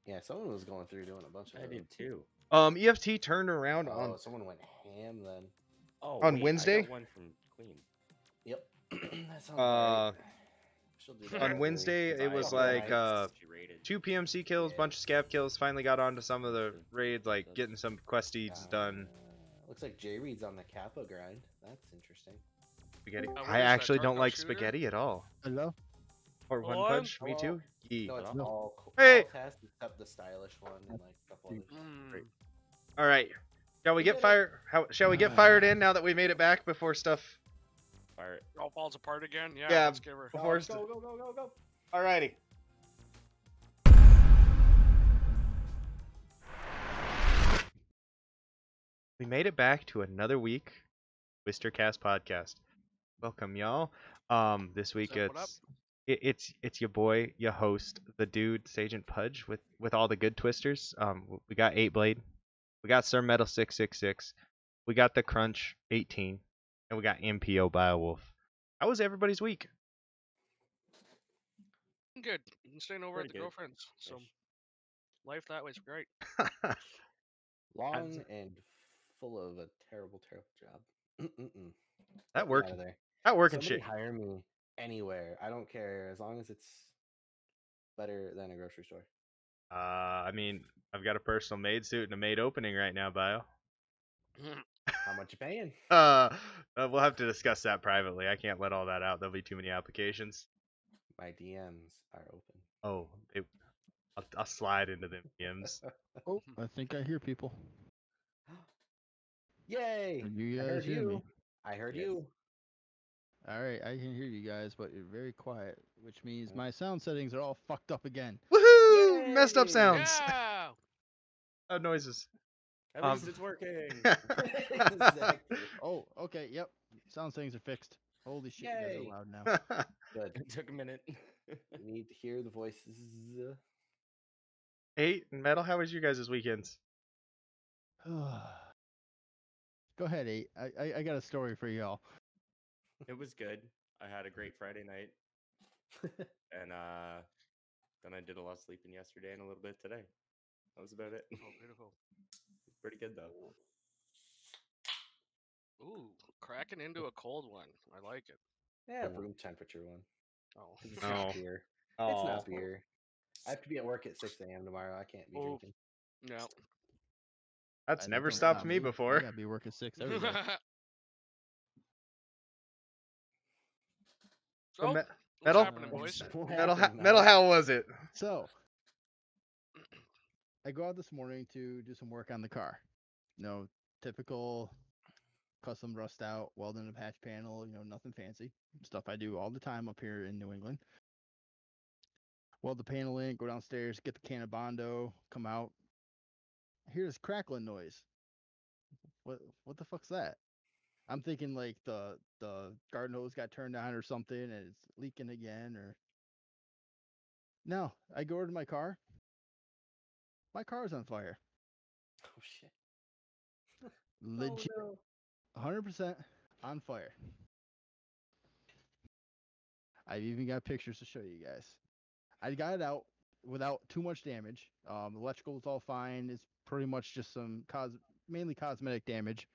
[SPEAKER 2] Yeah, someone was going through doing a bunch of.
[SPEAKER 5] I
[SPEAKER 2] those.
[SPEAKER 5] did too.
[SPEAKER 1] um, EFT turned around
[SPEAKER 2] Oh,
[SPEAKER 1] on.
[SPEAKER 2] someone went ham then.
[SPEAKER 5] Oh,
[SPEAKER 1] On
[SPEAKER 5] wait, I got
[SPEAKER 1] Wednesday?
[SPEAKER 5] one from Queen.
[SPEAKER 2] Yep. that sounds
[SPEAKER 1] Uh,
[SPEAKER 2] right. She'll do
[SPEAKER 4] on
[SPEAKER 2] that every-
[SPEAKER 1] Wednesday,
[SPEAKER 2] because
[SPEAKER 1] it
[SPEAKER 2] I
[SPEAKER 1] was
[SPEAKER 2] don't
[SPEAKER 1] like,
[SPEAKER 2] mind.
[SPEAKER 1] uh,
[SPEAKER 5] She rated.
[SPEAKER 1] Two PMC kills,
[SPEAKER 2] Yeah.
[SPEAKER 1] bunch of scav kills. Finally got onto some of the raids, like getting some quest deeds done.
[SPEAKER 2] Uh, Looks like J Reed's on the Kappa grind. That's interesting.
[SPEAKER 1] Spaghetti.
[SPEAKER 4] Uh, what is
[SPEAKER 1] I
[SPEAKER 4] that,
[SPEAKER 1] actually don't
[SPEAKER 4] Dark
[SPEAKER 1] like
[SPEAKER 4] Shooter? Oh,
[SPEAKER 1] spaghetti at all.
[SPEAKER 3] Hello.
[SPEAKER 1] Or one
[SPEAKER 4] Hello?
[SPEAKER 1] punch. Me
[SPEAKER 2] Hello?
[SPEAKER 1] too. Yee.
[SPEAKER 2] No, it's
[SPEAKER 5] No.
[SPEAKER 2] all co-
[SPEAKER 1] Hey!
[SPEAKER 2] all tests except the stylish one and like a couple
[SPEAKER 3] Dude.
[SPEAKER 2] others.
[SPEAKER 4] Mm.
[SPEAKER 1] All right. Shall we
[SPEAKER 2] We did
[SPEAKER 1] get
[SPEAKER 2] it.
[SPEAKER 1] fire? How, shall we get fired in now that we made it back before stuff?
[SPEAKER 5] Fire.
[SPEAKER 4] It all falls apart again. Yeah.
[SPEAKER 1] Yeah,
[SPEAKER 4] Let's give her.
[SPEAKER 2] Go,
[SPEAKER 1] Forrest-
[SPEAKER 2] go, go, go, go, go.
[SPEAKER 1] Alrighty. We made it back to another week, Wistercast podcast. Welcome, y'all. Um, this week
[SPEAKER 4] So what
[SPEAKER 1] it's it, it's it's your boy, your host, the dude, Sergeant Pudge, with with all the good twisters. Um, w- we got Eight Blade, we got Sir Metal Six Six Six, we got the Crunch Eighteen, and we got MPO Biowolf. How was everybody's week?
[SPEAKER 4] Good. I'm staying over at
[SPEAKER 5] Pretty
[SPEAKER 4] the
[SPEAKER 5] good.
[SPEAKER 4] girlfriend's. So
[SPEAKER 5] Ish.
[SPEAKER 4] life that way's great.
[SPEAKER 2] Long and full of a terrible, terrible job. Mm-mm-mm.
[SPEAKER 1] that work
[SPEAKER 2] Out of there.
[SPEAKER 1] that working
[SPEAKER 2] Somebody
[SPEAKER 1] shit.
[SPEAKER 2] Hire me anywhere. I don't care as long as it's better than a grocery store.
[SPEAKER 1] Uh, I mean, I've got a personal maid suit and a maid opening right now, Bio.
[SPEAKER 2] How much you paying?
[SPEAKER 1] Uh, uh, we'll have to discuss that privately. I can't let all that out. There'll be too many applications.
[SPEAKER 2] My DMs are open.
[SPEAKER 1] Oh, it, I'll, I'll slide into the DMs.
[SPEAKER 3] Oh, I think I hear people.
[SPEAKER 2] Yay!
[SPEAKER 3] Did you
[SPEAKER 2] I
[SPEAKER 3] guys
[SPEAKER 2] heard
[SPEAKER 3] hear me?
[SPEAKER 2] you. I heard
[SPEAKER 5] Yes.
[SPEAKER 2] you.
[SPEAKER 3] All right, I can hear you guys, but you're very quiet, which means my sound settings are all fucked up again.
[SPEAKER 1] Woohoo! Messed up
[SPEAKER 2] Yay!
[SPEAKER 1] sounds.
[SPEAKER 4] yeah.
[SPEAKER 1] Loud Ah, noises.
[SPEAKER 5] At
[SPEAKER 1] Um,
[SPEAKER 5] least it's working.
[SPEAKER 2] Exactly.
[SPEAKER 3] Oh, okay, yep. Sound settings are fixed. Holy shit, you guys
[SPEAKER 2] Yay.
[SPEAKER 3] are loud now.
[SPEAKER 2] Good.
[SPEAKER 5] it took a minute.
[SPEAKER 2] We need to hear the voices.
[SPEAKER 1] hey, Metal, how was you guys' weekends?
[SPEAKER 3] Go ahead, eight. I, I I got a story for y'all.
[SPEAKER 5] it was good. I had a great Friday night, and uh, then I did a lot of sleeping yesterday and a little bit today. That was about it.
[SPEAKER 4] Oh, beautiful.
[SPEAKER 5] Pretty good though.
[SPEAKER 4] Ooh, cracking into a cold one. I like it.
[SPEAKER 2] Yeah, room temperature one.
[SPEAKER 4] Oh,
[SPEAKER 2] It's not
[SPEAKER 1] No.
[SPEAKER 2] beer. It's
[SPEAKER 1] Oh,
[SPEAKER 2] not beer. I have to be at work at 6 a.m. tomorrow. I can't be
[SPEAKER 4] Oh.
[SPEAKER 2] drinking.
[SPEAKER 4] no.
[SPEAKER 1] that's
[SPEAKER 3] I think
[SPEAKER 1] never
[SPEAKER 3] that's
[SPEAKER 1] stopped
[SPEAKER 3] not
[SPEAKER 1] me
[SPEAKER 3] I
[SPEAKER 1] before.
[SPEAKER 3] gotta be working six every day.
[SPEAKER 1] But
[SPEAKER 4] so,
[SPEAKER 1] me-
[SPEAKER 4] Oh, what's
[SPEAKER 1] metal-
[SPEAKER 4] happening, boys?
[SPEAKER 2] What
[SPEAKER 1] metal, ha-
[SPEAKER 2] happened,
[SPEAKER 1] metal,
[SPEAKER 2] Matt?
[SPEAKER 1] how was it?
[SPEAKER 3] So, I go out this morning to do some work on the car. You know, typical custom rust out, welding a patch panel, you know, nothing fancy. Stuff I do all the time up here in New England. Weld the panel in, go downstairs, get the can of Bondo, come out. I hear this crackling noise. What what the fuck's that? I'm thinking like the the garden hose got turned on or something and it's leaking again or no, I go over to my car. My car's on fire.
[SPEAKER 2] Oh, shit.
[SPEAKER 3] Legit,
[SPEAKER 2] Oh, no.
[SPEAKER 3] 100% on fire. I've even got pictures to show you guys. I got it out without too much damage. Um, electrical was all fine. It's pretty much just some cos- mainly cosmetic damage.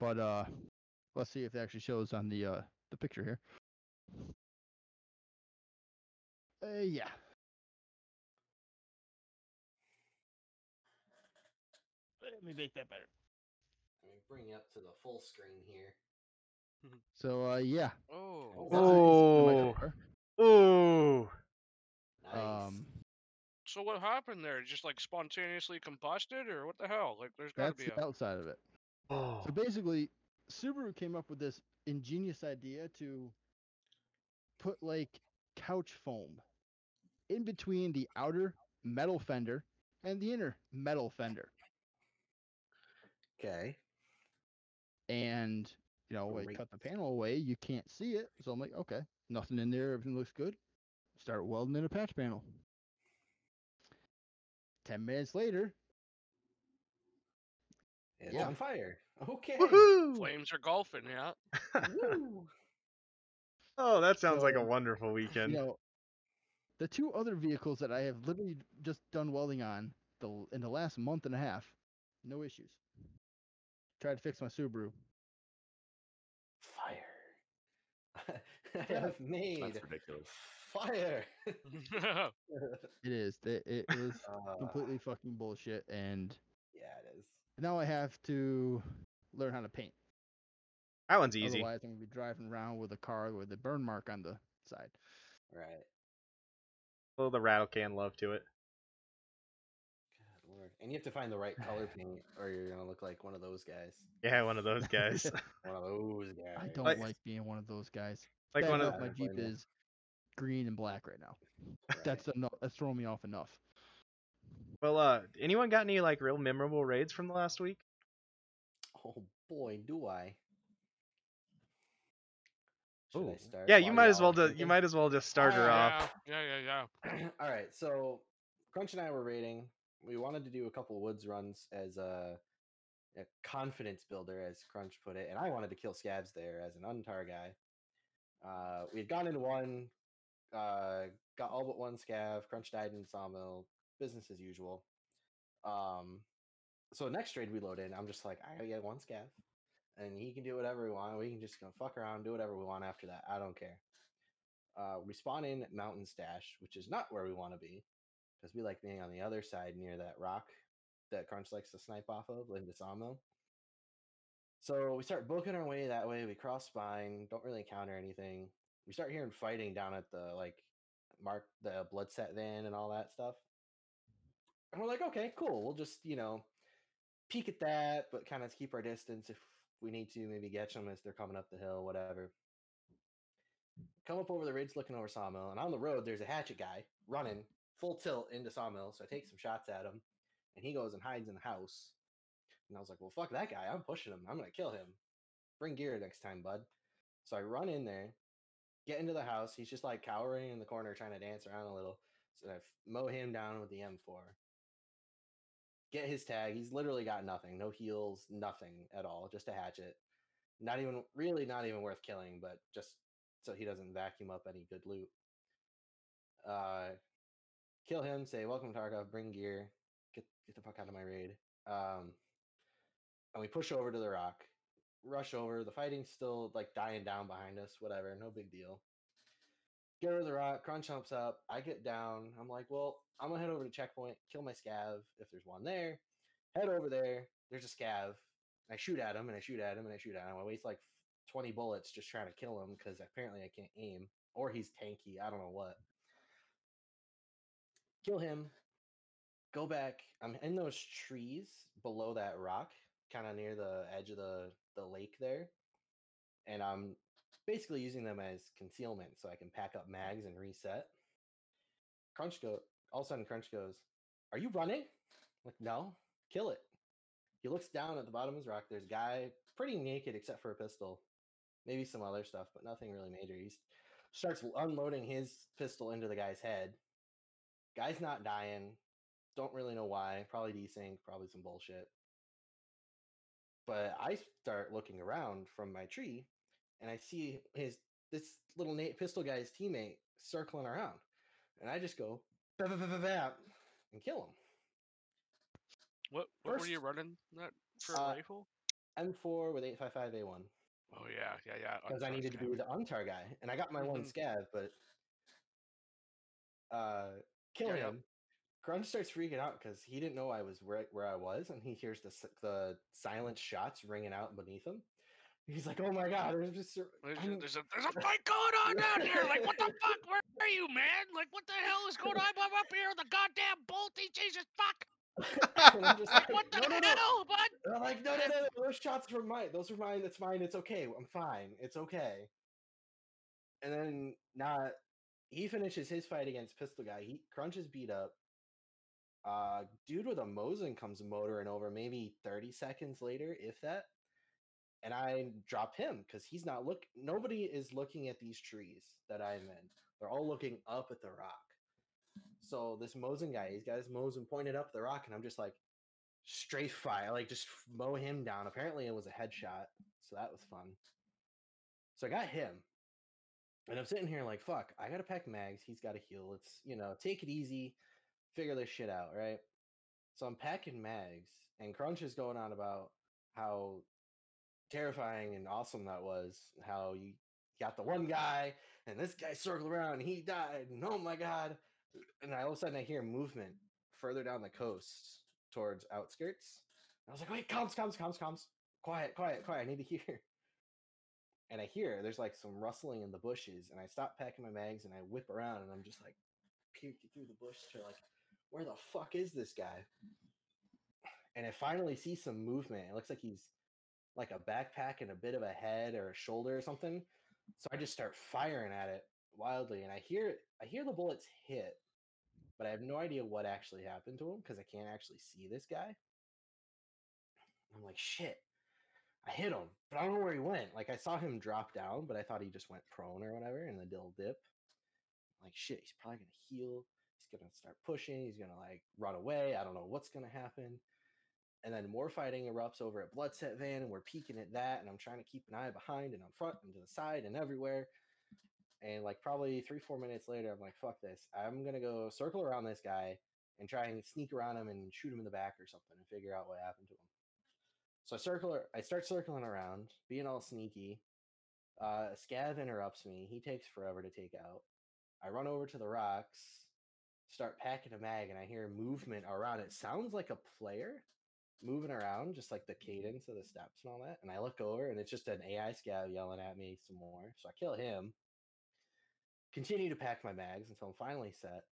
[SPEAKER 3] But uh, let's see if it actually shows on the uh, the picture here. Uh, yeah,
[SPEAKER 2] Let me bring it up to the full screen here.
[SPEAKER 3] So uh, yeah.
[SPEAKER 4] Oh,
[SPEAKER 2] Nice.
[SPEAKER 1] Oh.
[SPEAKER 3] My car.
[SPEAKER 1] Ooh.
[SPEAKER 2] Nice.
[SPEAKER 3] Um,
[SPEAKER 4] so what happened there? Just like spontaneously combusted, or what the hell? Like, there's got to
[SPEAKER 3] that's
[SPEAKER 4] be a.
[SPEAKER 3] the outside of it.
[SPEAKER 1] Oh.
[SPEAKER 3] So basically, Subaru came up with this ingenious idea to put like couch foam in between the outer metal fender and the inner metal fender,
[SPEAKER 2] okay.
[SPEAKER 3] and you know, I
[SPEAKER 2] Great.
[SPEAKER 3] cut the panel away. You can't see it, so I'm like, okay, nothing in there. Everything looks good. Start welding in a patch panel. Ten minutes later,
[SPEAKER 2] It's
[SPEAKER 3] Yeah.
[SPEAKER 2] on fire. Okay.
[SPEAKER 1] Woohoo!
[SPEAKER 4] Flames are golfing, yeah.
[SPEAKER 2] Woo.
[SPEAKER 1] Oh, that sounds like a
[SPEAKER 3] So,
[SPEAKER 1] wonderful weekend.
[SPEAKER 3] You know, the two other vehicles that I have literally just done welding on the l- in the last month and a half, no issues. Tried to fix my Subaru.
[SPEAKER 2] Fire. I have made
[SPEAKER 5] That's ridiculous.
[SPEAKER 2] fire.
[SPEAKER 3] It is. It, it was
[SPEAKER 2] Uh,
[SPEAKER 3] completely fucking bullshit, and
[SPEAKER 2] Yeah, it is.
[SPEAKER 3] now I have to learn how to paint.
[SPEAKER 1] that one's easy.
[SPEAKER 3] Otherwise, I'm gonna be driving around with a car with a burn mark on the side.
[SPEAKER 2] Right.
[SPEAKER 1] A little the rattle can love to it.
[SPEAKER 2] God lord. And you have to find the right color paint, or you're gonna look like one of those guys.
[SPEAKER 1] Yeah, one of those guys.
[SPEAKER 2] One of those guys.
[SPEAKER 3] I don't
[SPEAKER 1] Like-
[SPEAKER 3] like, being one of those guys.
[SPEAKER 1] like
[SPEAKER 3] Bad
[SPEAKER 1] one of
[SPEAKER 3] enough
[SPEAKER 2] I
[SPEAKER 3] my
[SPEAKER 2] don't
[SPEAKER 3] Jeep
[SPEAKER 2] blame you.
[SPEAKER 3] is green and black right now.
[SPEAKER 2] Right.
[SPEAKER 3] That's enough. That's throwing me off enough.
[SPEAKER 1] Well, uh, anyone got any like real memorable raids from the last week?
[SPEAKER 2] Oh boy, do I. Should I
[SPEAKER 3] Ooh.
[SPEAKER 2] start?
[SPEAKER 1] Oh. Yeah, you
[SPEAKER 2] while
[SPEAKER 1] might as well.
[SPEAKER 2] y'all are
[SPEAKER 1] Just, you
[SPEAKER 2] thinking?
[SPEAKER 1] might as well just start her
[SPEAKER 4] yeah,
[SPEAKER 1] off.
[SPEAKER 4] yeah, yeah, yeah.
[SPEAKER 2] All right, so Crunch and I were raiding. We wanted to do a couple woods runs as a, a confidence builder, as Crunch put it, and I wanted to kill scabs there as an untar guy. Uh, we had gone into one, uh, got all but one scav. Crunch died in sawmill. Business as usual. Um, so next raid we load in, I'm just like, I get one scav, and he can do whatever we want. We can just go fuck around, do whatever we want after that. I don't care uh, we spawn in at Mountain Stash, which is not where we want to be because we like being on the other side near that rock that Crunch likes to snipe off of, like the sawmill. So we start booking our way that way. We cross spine, don't really encounter anything. We start hearing fighting down at the like mark the blood set van and all that stuff. And we're like, okay, cool. We'll just you know peek at that, but kind of keep our distance if we need to. Maybe catch them as they're coming up the hill, whatever come up over the ridge looking over Sawmill, and on the road there's a hatchet guy running full tilt into Sawmill. So I take some shots at him, and he goes and hides in the house. And I was like, "Well, fuck that guy! I'm pushing him. I'm gonna kill him. Bring gear next time, bud." So I run in there, get into the house. He's just like cowering in the corner, trying to dance around a little. So I f- mow him down with the M4. Get his tag. He's literally got nothing. No heals, nothing at all. Just a hatchet. Not even really not even worth killing, but just so he doesn't vacuum up any good loot. Uh, kill him. Say welcome Tarkov. Bring gear. Get get the fuck out of my raid. Um, and we push over to the rock. rush over. The fighting's still like dying down behind us. Whatever, no big deal. Get over the rock. Crunch humps up. I get down. I'm like, well, I'm gonna head over to checkpoint, kill my scav if there's one there. Head over there. There's a scav. I shoot at him and I shoot at him and I shoot at him. I waste like 20 bullets just trying to kill him because apparently I can't aim or he's tanky. I don't know what. Kill him. Go back. I'm in those trees below that rock, kind of near the edge of the, the lake there. And I'm basically using them as concealment so I can pack up mags and reset. Crunch go all of a sudden Crunch goes, Are you running? I'm like, no, kill it. He looks down at the bottom of his rock. There's a guy pretty naked except for a pistol, maybe some other stuff, but nothing really major. He s- starts unloading his pistol into the guy's head. Guy's not dying. Don't really know why. Probably desync, probably some bullshit. But I start looking around from my tree and I see his this little na- pistol guy's teammate circling around. And I just go, bap, bap, bap, bap, bap, and kill him.
[SPEAKER 4] What what were you
[SPEAKER 2] First-
[SPEAKER 4] running that for a
[SPEAKER 2] Uh,
[SPEAKER 4] rifle?
[SPEAKER 2] M4 with 855A1
[SPEAKER 4] Oh yeah, yeah, yeah.
[SPEAKER 2] because I
[SPEAKER 4] Untar
[SPEAKER 2] needed to
[SPEAKER 4] scan.
[SPEAKER 2] be the untar guy, and I got my one
[SPEAKER 4] Mhm.
[SPEAKER 2] scav, but uh, kill
[SPEAKER 4] Yeah, yeah.
[SPEAKER 2] him. Grunge starts freaking out because he didn't know I was where, where I was, and he hears the s- the silent shots ringing out beneath him. He's like, "Oh my god!" There's just sur-
[SPEAKER 4] There's,
[SPEAKER 2] I'm-
[SPEAKER 4] a- there's a there's a fight going on down here. Like what the fuck? Where are you, man? Like what the hell is going on? I'm up here on the goddamn bolty. Jesus fuck!
[SPEAKER 2] and I'm just like,
[SPEAKER 4] Like what the
[SPEAKER 2] "No, no, no."
[SPEAKER 4] hell, bud?
[SPEAKER 2] And I'm like, no, no, no, no, those shots were mine. Those were mine. That's mine. It's okay. I'm fine. It's okay. And then not he finishes his fight against Pistol Guy. He crunches beat up. Uh, dude with a Mosin comes motoring over maybe 30 seconds later, if that. And I drop him because he's not look. Nobody is looking at these trees that I'm in. They're all looking up at the rock. So this Mosin guy, he's got his Mosin pointed up the rock, and I'm just like, strafe fire, like just f- mow him down. Apparently, it was a headshot, so that was fun. So I got him, and I'm sitting here like, fuck, I gotta pack mags. He's got to heal. It's you know, take it easy, figure this shit out, right? So I'm packing mags, and Crunch is going on about how terrifying and awesome that was. How you got the one guy, and this guy circled around, and he died. And oh my god! And I, all of a sudden, I hear movement further down the coast towards outskirts. And I was like, wait, comms, comms, comms, comms. Quiet, quiet, quiet. I need to hear. And I hear there's like some rustling in the bushes. And I stop packing my mags and I whip around and I'm just like peeking through the bush to like, where the fuck is this guy? And I finally see some movement. It looks like he's like a backpack and a bit of a head or a shoulder or something. So I just start firing at it wildly. And I hear I hear the bullets hit but I have no idea what actually happened to him because I can't actually see this guy. I'm like, shit, I hit him, but I don't know where he went. Like, I saw him drop down, but I thought he just went prone or whatever in the dill dip. Like, shit, he's probably gonna heal. He's gonna start pushing. He's gonna like run away. I don't know what's gonna happen. And then more fighting erupts over at Bloodset Van, and we're peeking at that. And I'm trying to keep an eye behind and on front and to the side and everywhere. And like probably three, four minutes later, I'm like, fuck this. I'm gonna go circle around this guy and try and sneak around him and shoot him in the back or something and figure out what happened to him. So I circle ar- I start circling around, being all sneaky. Uh Scav interrupts me. He takes forever to take out. I run over to the rocks, start packing a mag, and I hear movement around. It sounds like a player moving around, just like the cadence of the steps and all that. And I look over and it's just an AI scav yelling at me some more. So I kill him continue to pack my bags until I'm finally set.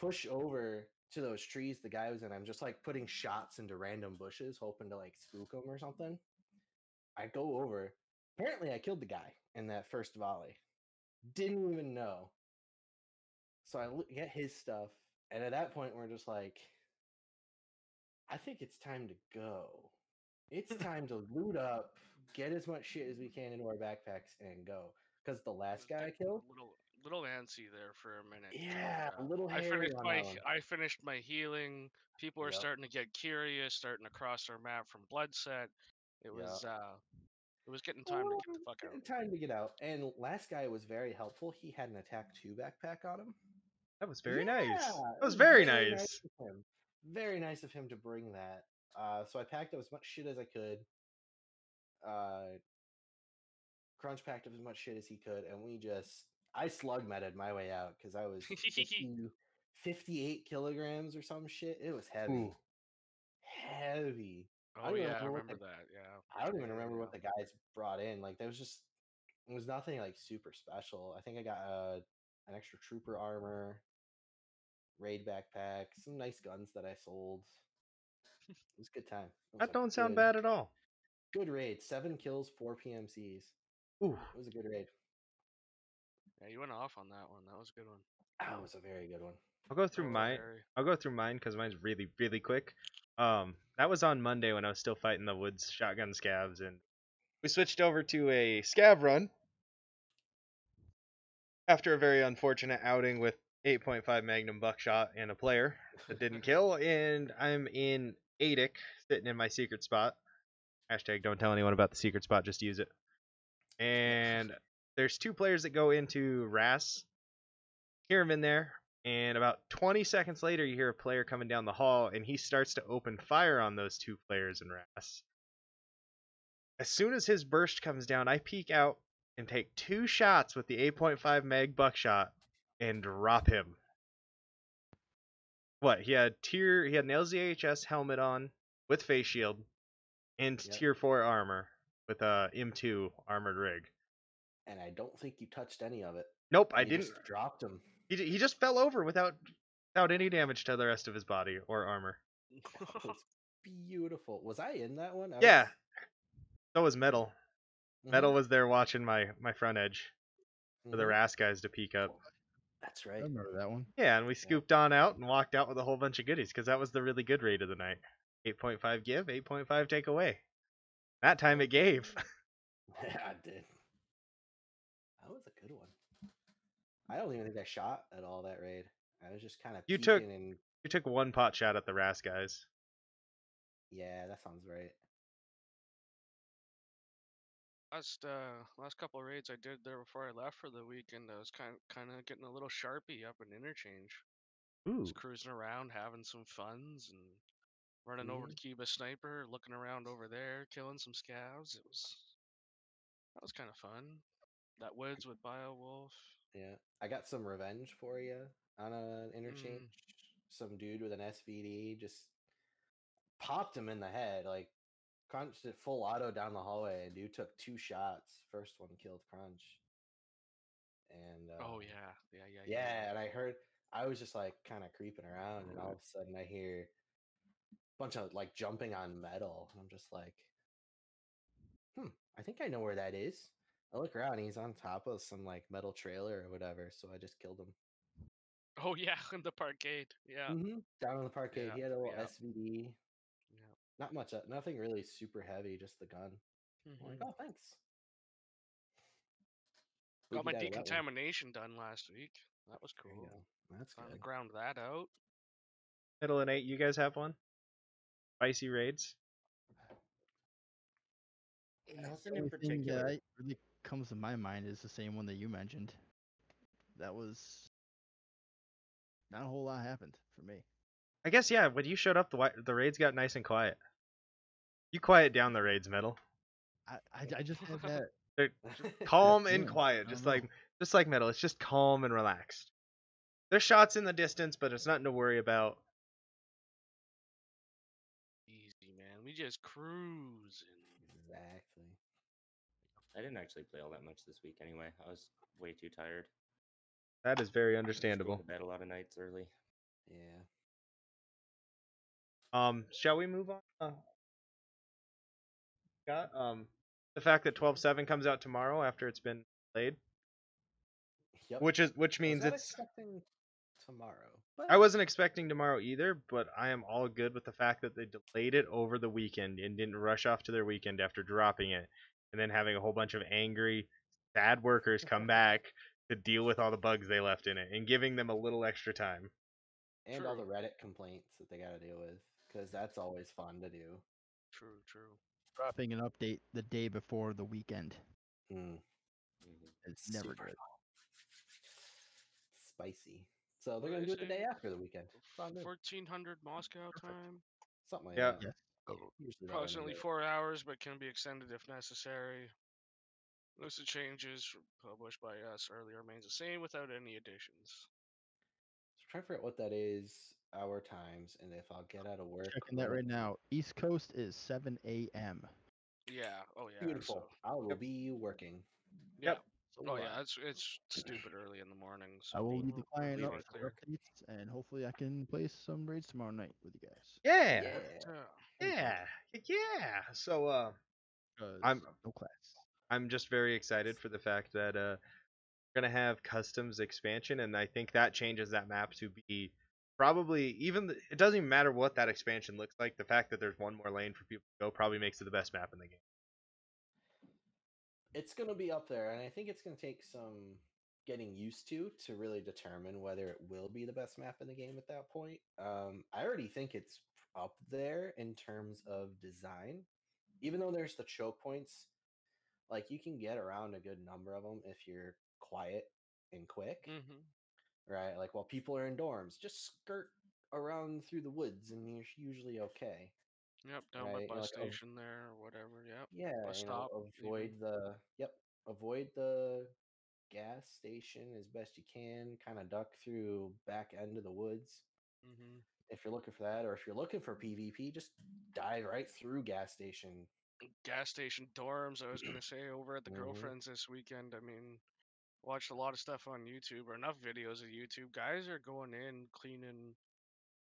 [SPEAKER 2] Push over to those trees the guy was in. I'm just like putting shots into random bushes, hoping to like spook him or something. I go over. Apparently, I killed the guy in that first volley. Didn't even know. So I look- get his stuff, and at that point, we're just like, I think it's time to go. It's time to loot up, get as much shit as we can into our backpacks, and go. Because the last guy I killed,
[SPEAKER 4] Little little antsy there for a minute.
[SPEAKER 2] yeah, a little
[SPEAKER 4] I
[SPEAKER 2] hairy
[SPEAKER 4] finished
[SPEAKER 2] on
[SPEAKER 4] my
[SPEAKER 2] that one.
[SPEAKER 4] I finished my healing. People are
[SPEAKER 2] Yep.
[SPEAKER 4] starting to get curious, starting to cross our map from Bloodset. It was uh, it was getting time to get the
[SPEAKER 2] Ooh,
[SPEAKER 4] fuck out.
[SPEAKER 2] getting Time to get out. And last guy was very helpful. He had an attack two backpack on him.
[SPEAKER 1] That was very nice.
[SPEAKER 2] Yeah,
[SPEAKER 1] That
[SPEAKER 2] it
[SPEAKER 1] was very, nice.
[SPEAKER 2] of him. Very nice of him to bring that. Uh, so I packed up as much shit as I could. Uh, Crunch packed up as much shit as he could, and we just I slug meted my way out because I was 50, 58 kilograms or some shit. It was heavy,
[SPEAKER 3] Ooh.
[SPEAKER 2] heavy. I
[SPEAKER 4] Oh
[SPEAKER 2] don't
[SPEAKER 4] yeah, I
[SPEAKER 2] remember what
[SPEAKER 4] remember that. Yeah.
[SPEAKER 2] I don't even remember what the guys brought in. Like there was just it was nothing like super special. I think I got uh, an extra trooper armor, raid backpack, some nice guns that I sold. It was a good time. It was
[SPEAKER 1] That
[SPEAKER 2] a
[SPEAKER 1] don't sound
[SPEAKER 2] good-
[SPEAKER 1] bad at all.
[SPEAKER 2] Good raid. Seven kills, four PMCs.
[SPEAKER 1] Ooh,
[SPEAKER 2] It was a good raid.
[SPEAKER 4] Yeah, you went off on that one. That was a good one.
[SPEAKER 2] That was a very good one.
[SPEAKER 1] I'll go
[SPEAKER 4] That
[SPEAKER 1] through
[SPEAKER 4] was a
[SPEAKER 1] mine.
[SPEAKER 4] very-
[SPEAKER 1] I'll go through mine because mine's really, really quick. Um, that was on Monday when I was still fighting the woods shotgun scabs, and we switched over to a scav run after a very unfortunate outing with 8.5 Magnum buckshot and a player that didn't kill, and I'm in Adic sitting in my secret spot. Hashtag don't tell anyone about the secret spot, just use it. And there's two players that go into RAS. Hear him in there, and about 20 seconds later, you hear a player coming down the hall, and he starts to open fire on those two players in Ras. As soon as his burst comes down, I peek out and take two shots with the 8.5 mag buckshot and drop him. What? He had tier. He had an LZHS helmet on with face shield and
[SPEAKER 2] Yep.
[SPEAKER 1] tier four armor with a M2 armored rig.
[SPEAKER 2] And I don't think you touched any of it.
[SPEAKER 1] Nope, I
[SPEAKER 2] You
[SPEAKER 1] didn't.
[SPEAKER 2] Just dropped him.
[SPEAKER 1] He, ju- he just fell over without without any damage to the rest of his body or armor.
[SPEAKER 2] That was beautiful. Was I in that one? I
[SPEAKER 1] Yeah.
[SPEAKER 2] was-
[SPEAKER 1] So was Metal.
[SPEAKER 2] Mhm,
[SPEAKER 1] Metal was there watching my my front edge for the
[SPEAKER 2] mhm.
[SPEAKER 1] Ras guys to peek up.
[SPEAKER 2] That's
[SPEAKER 3] I
[SPEAKER 2] right.
[SPEAKER 3] remember that one.
[SPEAKER 1] Yeah, and we scooped on out and walked out with a whole bunch of goodies because that was the really good raid of the night. 8.5 give, 8.5 take away. That time it gave.
[SPEAKER 2] I did. That was a good one. I don't even think I shot at all that raid. I was just kind of
[SPEAKER 1] You took-
[SPEAKER 2] and
[SPEAKER 1] you took one pot shot at the Ras guys.
[SPEAKER 2] yeah, that sounds right.
[SPEAKER 4] Last uh, last couple of raids I did there before I left for the weekend, I was kind of, kind of getting a little sharpie up in interchange.
[SPEAKER 1] Ooh.
[SPEAKER 4] Just cruising around, having some funs, and running over to
[SPEAKER 2] Mm-hmm.
[SPEAKER 4] Cuba Sniper, looking around over there, killing some scavs. It was that was kind of fun. That woods with Biowolf.
[SPEAKER 2] Yeah, I got some revenge for you on an interchange. Some dude with an SVD just popped him in the head, like crunched it full auto down the hallway. And dude took two shots. First one killed Crunch. And uh,
[SPEAKER 4] Oh yeah, yeah, yeah,
[SPEAKER 2] Yeah, and I heard I was just like kind of creeping around, and all of a sudden I hear a bunch of like jumping on metal, and I'm just like, hmm, I think I know where that is. I look around, he's on top of some like metal trailer or whatever, so I just killed him.
[SPEAKER 4] Oh yeah, in the parkade. Yeah.
[SPEAKER 2] Mhm, Down on the parkade,
[SPEAKER 4] Oh. Yeah,
[SPEAKER 2] he had a little
[SPEAKER 4] yeah.
[SPEAKER 2] SVD.
[SPEAKER 4] Yeah.
[SPEAKER 2] Not much, uh, nothing really super heavy, just the gun. I'm like,
[SPEAKER 4] mhm.
[SPEAKER 2] oh, thanks.
[SPEAKER 4] Got
[SPEAKER 2] Spooky
[SPEAKER 4] my
[SPEAKER 2] died with that one.
[SPEAKER 4] decontamination done last week. That was
[SPEAKER 2] There
[SPEAKER 4] cool.
[SPEAKER 2] you go. That's
[SPEAKER 4] Time to
[SPEAKER 2] good.
[SPEAKER 4] ground that out.
[SPEAKER 1] Middle and eight, you guys have one? Spicy raids?
[SPEAKER 5] Nothing
[SPEAKER 3] The
[SPEAKER 5] in
[SPEAKER 3] only thing
[SPEAKER 5] particular.
[SPEAKER 3] that I- really comes to my mind is the same one that you mentioned. That was not a whole lot happened for me.
[SPEAKER 1] I guess, yeah, when you showed up, the, wi- the raids got nice and quiet. You quiet down the raids, Metal.
[SPEAKER 3] I I, I just had that.
[SPEAKER 1] calm and
[SPEAKER 3] Yeah,
[SPEAKER 1] quiet,
[SPEAKER 3] I
[SPEAKER 1] just
[SPEAKER 3] know.
[SPEAKER 1] like just like metal. It's just calm and relaxed. There's shots in the distance, but it's nothing to worry about.
[SPEAKER 4] Easy man. We just cruising.
[SPEAKER 2] Mm. exactly.
[SPEAKER 5] I didn't actually play all that much this week anyway. I was way too tired.
[SPEAKER 1] That is very
[SPEAKER 5] I was going
[SPEAKER 1] understandable.
[SPEAKER 5] To bed a lot of nights early.
[SPEAKER 2] Yeah.
[SPEAKER 1] Um, shall we move on? Uh, Scott, um, the fact that 12.7 comes out tomorrow after it's been delayed,
[SPEAKER 2] Yep.
[SPEAKER 1] which is which
[SPEAKER 2] I was
[SPEAKER 1] means
[SPEAKER 2] not
[SPEAKER 1] it's.
[SPEAKER 2] expecting tomorrow. But
[SPEAKER 1] I wasn't expecting tomorrow either, but I am all good with the fact that they delayed it over the weekend and didn't rush off to their weekend after dropping it and then having a whole bunch of angry, sad workers come back to deal with all the bugs they left in it and giving them a little extra time.
[SPEAKER 2] and all the
[SPEAKER 4] True.
[SPEAKER 2] Reddit complaints that they got to deal with because that's always fun to do.
[SPEAKER 4] True, true.
[SPEAKER 3] Dropping an update the day before the weekend
[SPEAKER 2] Mm,
[SPEAKER 5] Mhm.
[SPEAKER 3] is never
[SPEAKER 2] super
[SPEAKER 3] good.
[SPEAKER 2] Spicy. So they're gonna
[SPEAKER 4] What are
[SPEAKER 2] do
[SPEAKER 4] they
[SPEAKER 2] it the day
[SPEAKER 4] saying?
[SPEAKER 2] after the weekend. It's on them.
[SPEAKER 4] Fourteen hundred Moscow time.
[SPEAKER 2] Something like
[SPEAKER 1] Yeah.
[SPEAKER 2] that.
[SPEAKER 3] Yeah.
[SPEAKER 2] Usually not
[SPEAKER 4] Approximately
[SPEAKER 2] anyway.
[SPEAKER 4] four hours, but can be extended if necessary. List of changes published by us earlier remains the same without any additions.
[SPEAKER 2] So try to figure out what that is, our times, and if I'll get out of work.
[SPEAKER 3] Checking that
[SPEAKER 2] or-
[SPEAKER 3] right now. East Coast is 7 a.m.
[SPEAKER 4] Yeah. Oh yeah.
[SPEAKER 2] Beautiful.
[SPEAKER 4] so-
[SPEAKER 2] I will
[SPEAKER 1] Yep.
[SPEAKER 2] be working.
[SPEAKER 4] yeah.
[SPEAKER 1] Yep.
[SPEAKER 3] So
[SPEAKER 4] Oh
[SPEAKER 3] will
[SPEAKER 4] yeah.
[SPEAKER 3] I.
[SPEAKER 4] It's it's stupid early in the morning. So
[SPEAKER 3] I will lead
[SPEAKER 4] leave
[SPEAKER 3] the client
[SPEAKER 4] leave
[SPEAKER 3] up
[SPEAKER 4] it
[SPEAKER 3] for
[SPEAKER 4] clear.
[SPEAKER 3] updates, and hopefully I can play some raids tomorrow night with you guys.
[SPEAKER 1] Yeah.
[SPEAKER 2] Yeah.
[SPEAKER 4] Yeah.
[SPEAKER 1] Yeah. Yeah. So uh
[SPEAKER 3] 'cause
[SPEAKER 1] I'm-
[SPEAKER 3] no class.
[SPEAKER 1] I'm just very excited for the fact that uh we're gonna have customs expansion and I think that changes that map to be probably even th- it doesn't even matter what that expansion looks like, the fact that there's one more lane for people to go probably makes it the best map in the game.
[SPEAKER 2] It's going to be up there, and I think it's going to take some getting used to to really determine whether it will be the best map in the game at that point. Um, I already think it's up there in terms of design, even though there's the choke points. Like you can get around a good number of them if you're quiet and quick.
[SPEAKER 4] Mm-hmm.
[SPEAKER 2] right? Like while people are in dorms, just skirt around through the woods, and you're usually okay.
[SPEAKER 4] Yep. Down
[SPEAKER 2] Right,
[SPEAKER 4] by bus
[SPEAKER 2] like, oh.
[SPEAKER 4] station there or whatever. Yep.
[SPEAKER 2] Yeah,
[SPEAKER 4] Bus
[SPEAKER 2] you know,
[SPEAKER 4] stop, even.
[SPEAKER 2] avoid the yep, avoid the gas station as best you can. Kind of duck through back end of the woods
[SPEAKER 4] Mm-hmm.
[SPEAKER 2] if you're looking for that, or if you're looking for PvP, just dive right through gas station.
[SPEAKER 4] gas station dorms. I was gonna say over at the
[SPEAKER 2] Mhm.
[SPEAKER 4] girlfriends this weekend. I mean, watched a lot of stuff on YouTube or enough videos of YouTube. Guys are going in cleaning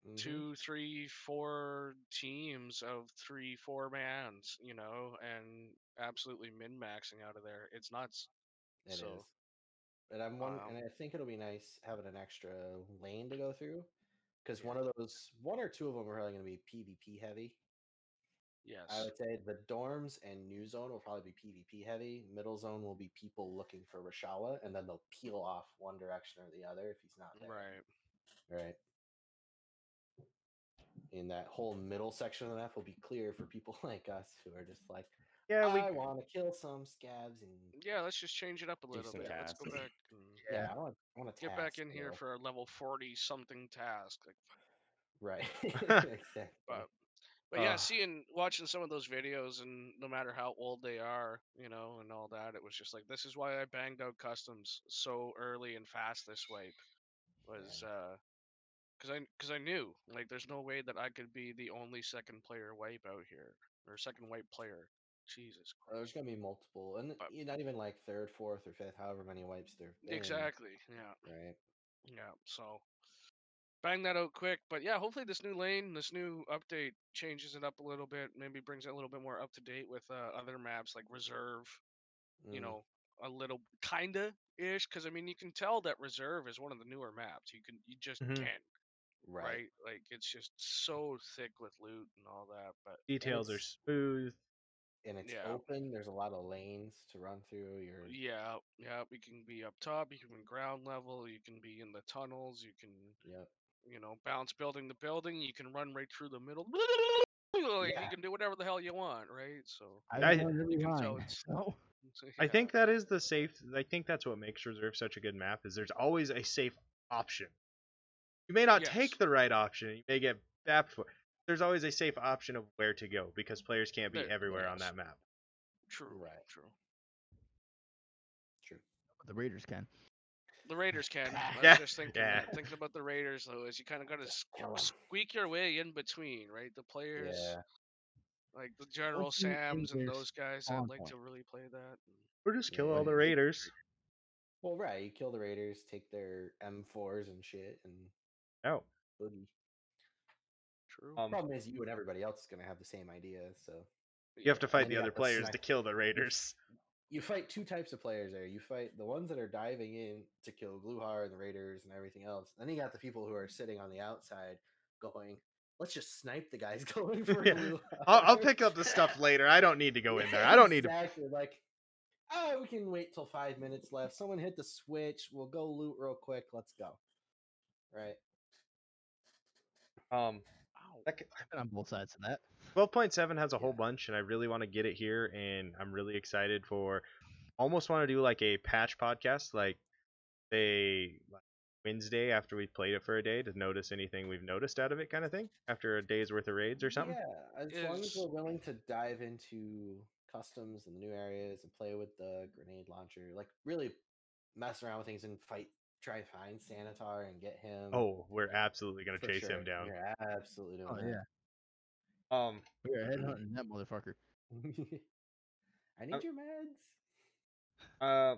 [SPEAKER 2] Mhm.
[SPEAKER 4] two, three, four teams of three, four mans, you know, and absolutely min maxing out of there. It's nuts.
[SPEAKER 2] It is,
[SPEAKER 4] so-
[SPEAKER 2] And I'm one, and
[SPEAKER 4] Wow.
[SPEAKER 2] I think it'll be nice having an extra lane to go through because one of those, one or two of them are probably going to be PvP heavy.
[SPEAKER 4] Yes.
[SPEAKER 2] I would say the dorms and new zone will probably be PvP heavy. Middle zone will be people looking for Rashawa, and then they'll peel off one direction or the other if he's not there.
[SPEAKER 4] Right.
[SPEAKER 2] Right. Right. And that whole middle section of the map will be clear for people like us who are just like,
[SPEAKER 1] Yeah, we
[SPEAKER 2] I want to kill some scabs and
[SPEAKER 4] Yeah, let's just change it up a little
[SPEAKER 5] some
[SPEAKER 4] bit. Let's go
[SPEAKER 5] tasks.
[SPEAKER 4] back and
[SPEAKER 2] yeah,
[SPEAKER 3] Yeah.
[SPEAKER 2] I want I want to
[SPEAKER 4] get back in here for a level 40 something task. Like,
[SPEAKER 2] right. exactly.
[SPEAKER 4] but but yeah
[SPEAKER 1] Ah.
[SPEAKER 4] seeing watching some of those videos and no matter how old they are you know and all that it was just like this is why i banged out customs so early and fast this wipe was uh because i because i knew like there's no way that i could be the only second player wipe out here or second wipe player jesus
[SPEAKER 2] Uh, There's
[SPEAKER 4] christ
[SPEAKER 2] gonna be multiple, and
[SPEAKER 4] But-
[SPEAKER 2] you're not even like third, fourth, or fifth, however many wipes there.
[SPEAKER 4] exactly yeah
[SPEAKER 2] Right.
[SPEAKER 4] Yeah, so bang that out quick. But yeah, hopefully this new lane, this new update changes it up a little bit, maybe brings it a little bit more up to date with uh, other maps like Reserve, you
[SPEAKER 2] Mm.
[SPEAKER 4] know, a little kinda ish cuz I mean you can tell that Reserve is one of the newer maps. You can you just
[SPEAKER 1] Mhm.
[SPEAKER 4] can, right.
[SPEAKER 2] Mm, Right.
[SPEAKER 4] Like it's just so thick with loot and all that, but
[SPEAKER 1] details are
[SPEAKER 2] it's-
[SPEAKER 1] smooth.
[SPEAKER 2] And it's
[SPEAKER 4] Yeah.
[SPEAKER 2] open. There's a lot of lanes to run
[SPEAKER 1] Oh,
[SPEAKER 2] through. Your
[SPEAKER 4] yeah, yeah, you can be up top, you can be ground level, you can be in the tunnels, you can
[SPEAKER 2] yep.
[SPEAKER 4] you know, bounce building to building. You can run right through the middle. Like,
[SPEAKER 2] Yeah.
[SPEAKER 4] You can do whatever the hell you want, right? So,
[SPEAKER 3] I
[SPEAKER 1] I-
[SPEAKER 3] don't really
[SPEAKER 4] can tell
[SPEAKER 3] mind.
[SPEAKER 4] it's-
[SPEAKER 3] so-
[SPEAKER 4] so,
[SPEAKER 1] I
[SPEAKER 4] yeah.
[SPEAKER 1] think that is the safe I think that's what makes Reserve such a good map is there's always a safe option. You may not
[SPEAKER 4] Yes.
[SPEAKER 1] take the right option, you may get bapped for there's always a safe option of where to go because players can't be
[SPEAKER 4] There-
[SPEAKER 1] everywhere on
[SPEAKER 4] yes.
[SPEAKER 1] that map.
[SPEAKER 4] true,
[SPEAKER 2] Right.
[SPEAKER 4] true.
[SPEAKER 2] True.
[SPEAKER 3] The Raiders can.
[SPEAKER 4] The Raiders can. I
[SPEAKER 1] Yeah,
[SPEAKER 4] was just thinking,
[SPEAKER 1] yeah.
[SPEAKER 4] that. thinking about the Raiders though, is you kind of got to
[SPEAKER 2] Just kill 'em.
[SPEAKER 4] squeak your way in between, right? The players,
[SPEAKER 2] Yeah.
[SPEAKER 4] like the General
[SPEAKER 3] you in
[SPEAKER 4] Sams and
[SPEAKER 3] their
[SPEAKER 4] those guys that
[SPEAKER 3] spawn
[SPEAKER 4] like
[SPEAKER 3] point.
[SPEAKER 4] to really play that.
[SPEAKER 1] Or just kill
[SPEAKER 2] Yeah.
[SPEAKER 1] all the raiders.
[SPEAKER 2] Well, right. You kill the raiders, take their M4s and shit, and
[SPEAKER 1] No.
[SPEAKER 2] boogie.
[SPEAKER 4] True.
[SPEAKER 1] Oh. Um,
[SPEAKER 2] Problem is, you and everybody else is gonna have the same idea. So
[SPEAKER 1] you have to
[SPEAKER 4] yeah.
[SPEAKER 1] fight
[SPEAKER 2] And
[SPEAKER 1] the
[SPEAKER 2] you
[SPEAKER 1] other
[SPEAKER 2] have to
[SPEAKER 1] players to
[SPEAKER 2] snipe.
[SPEAKER 1] kill the raiders.
[SPEAKER 2] you fight two types of players there. You fight the ones that are diving in to kill Gluhar and the Raiders and everything else. Then you got the people who are sitting on the outside going, let's just snipe the guys going for
[SPEAKER 1] Yeah.
[SPEAKER 2] Gluhar.
[SPEAKER 1] I'll, I'll pick up the stuff later. I don't need to go in there. I don't need to.
[SPEAKER 2] exactly. Like, oh, we can wait till five minutes left. Someone hit the switch. We'll go loot real quick. Let's go. Right.
[SPEAKER 1] Um,
[SPEAKER 4] Ow.
[SPEAKER 1] that c-
[SPEAKER 3] I've been on both sides of that.
[SPEAKER 1] 12.7 has a whole bunch, and I really want to get it here, and I'm really excited for. Almost want to do like a patch podcast, like they like Wednesday after we played it for a day to notice anything we've noticed out of it, kind of thing. After a day's worth of raids or something.
[SPEAKER 2] Yeah, as long as
[SPEAKER 4] Is-
[SPEAKER 2] we're willing to dive into customs and the new areas and play with the grenade launcher, like really mess around with things and fight, try to find Sanatar and get him.
[SPEAKER 1] Oh, we're absolutely gonna
[SPEAKER 2] for
[SPEAKER 1] chase
[SPEAKER 2] sure.
[SPEAKER 1] him down.
[SPEAKER 2] You're absolutely doing
[SPEAKER 3] Oh
[SPEAKER 2] that.
[SPEAKER 3] yeah,
[SPEAKER 1] Um,
[SPEAKER 3] we are headhunting that motherfucker.
[SPEAKER 2] I need your meds.
[SPEAKER 1] uh,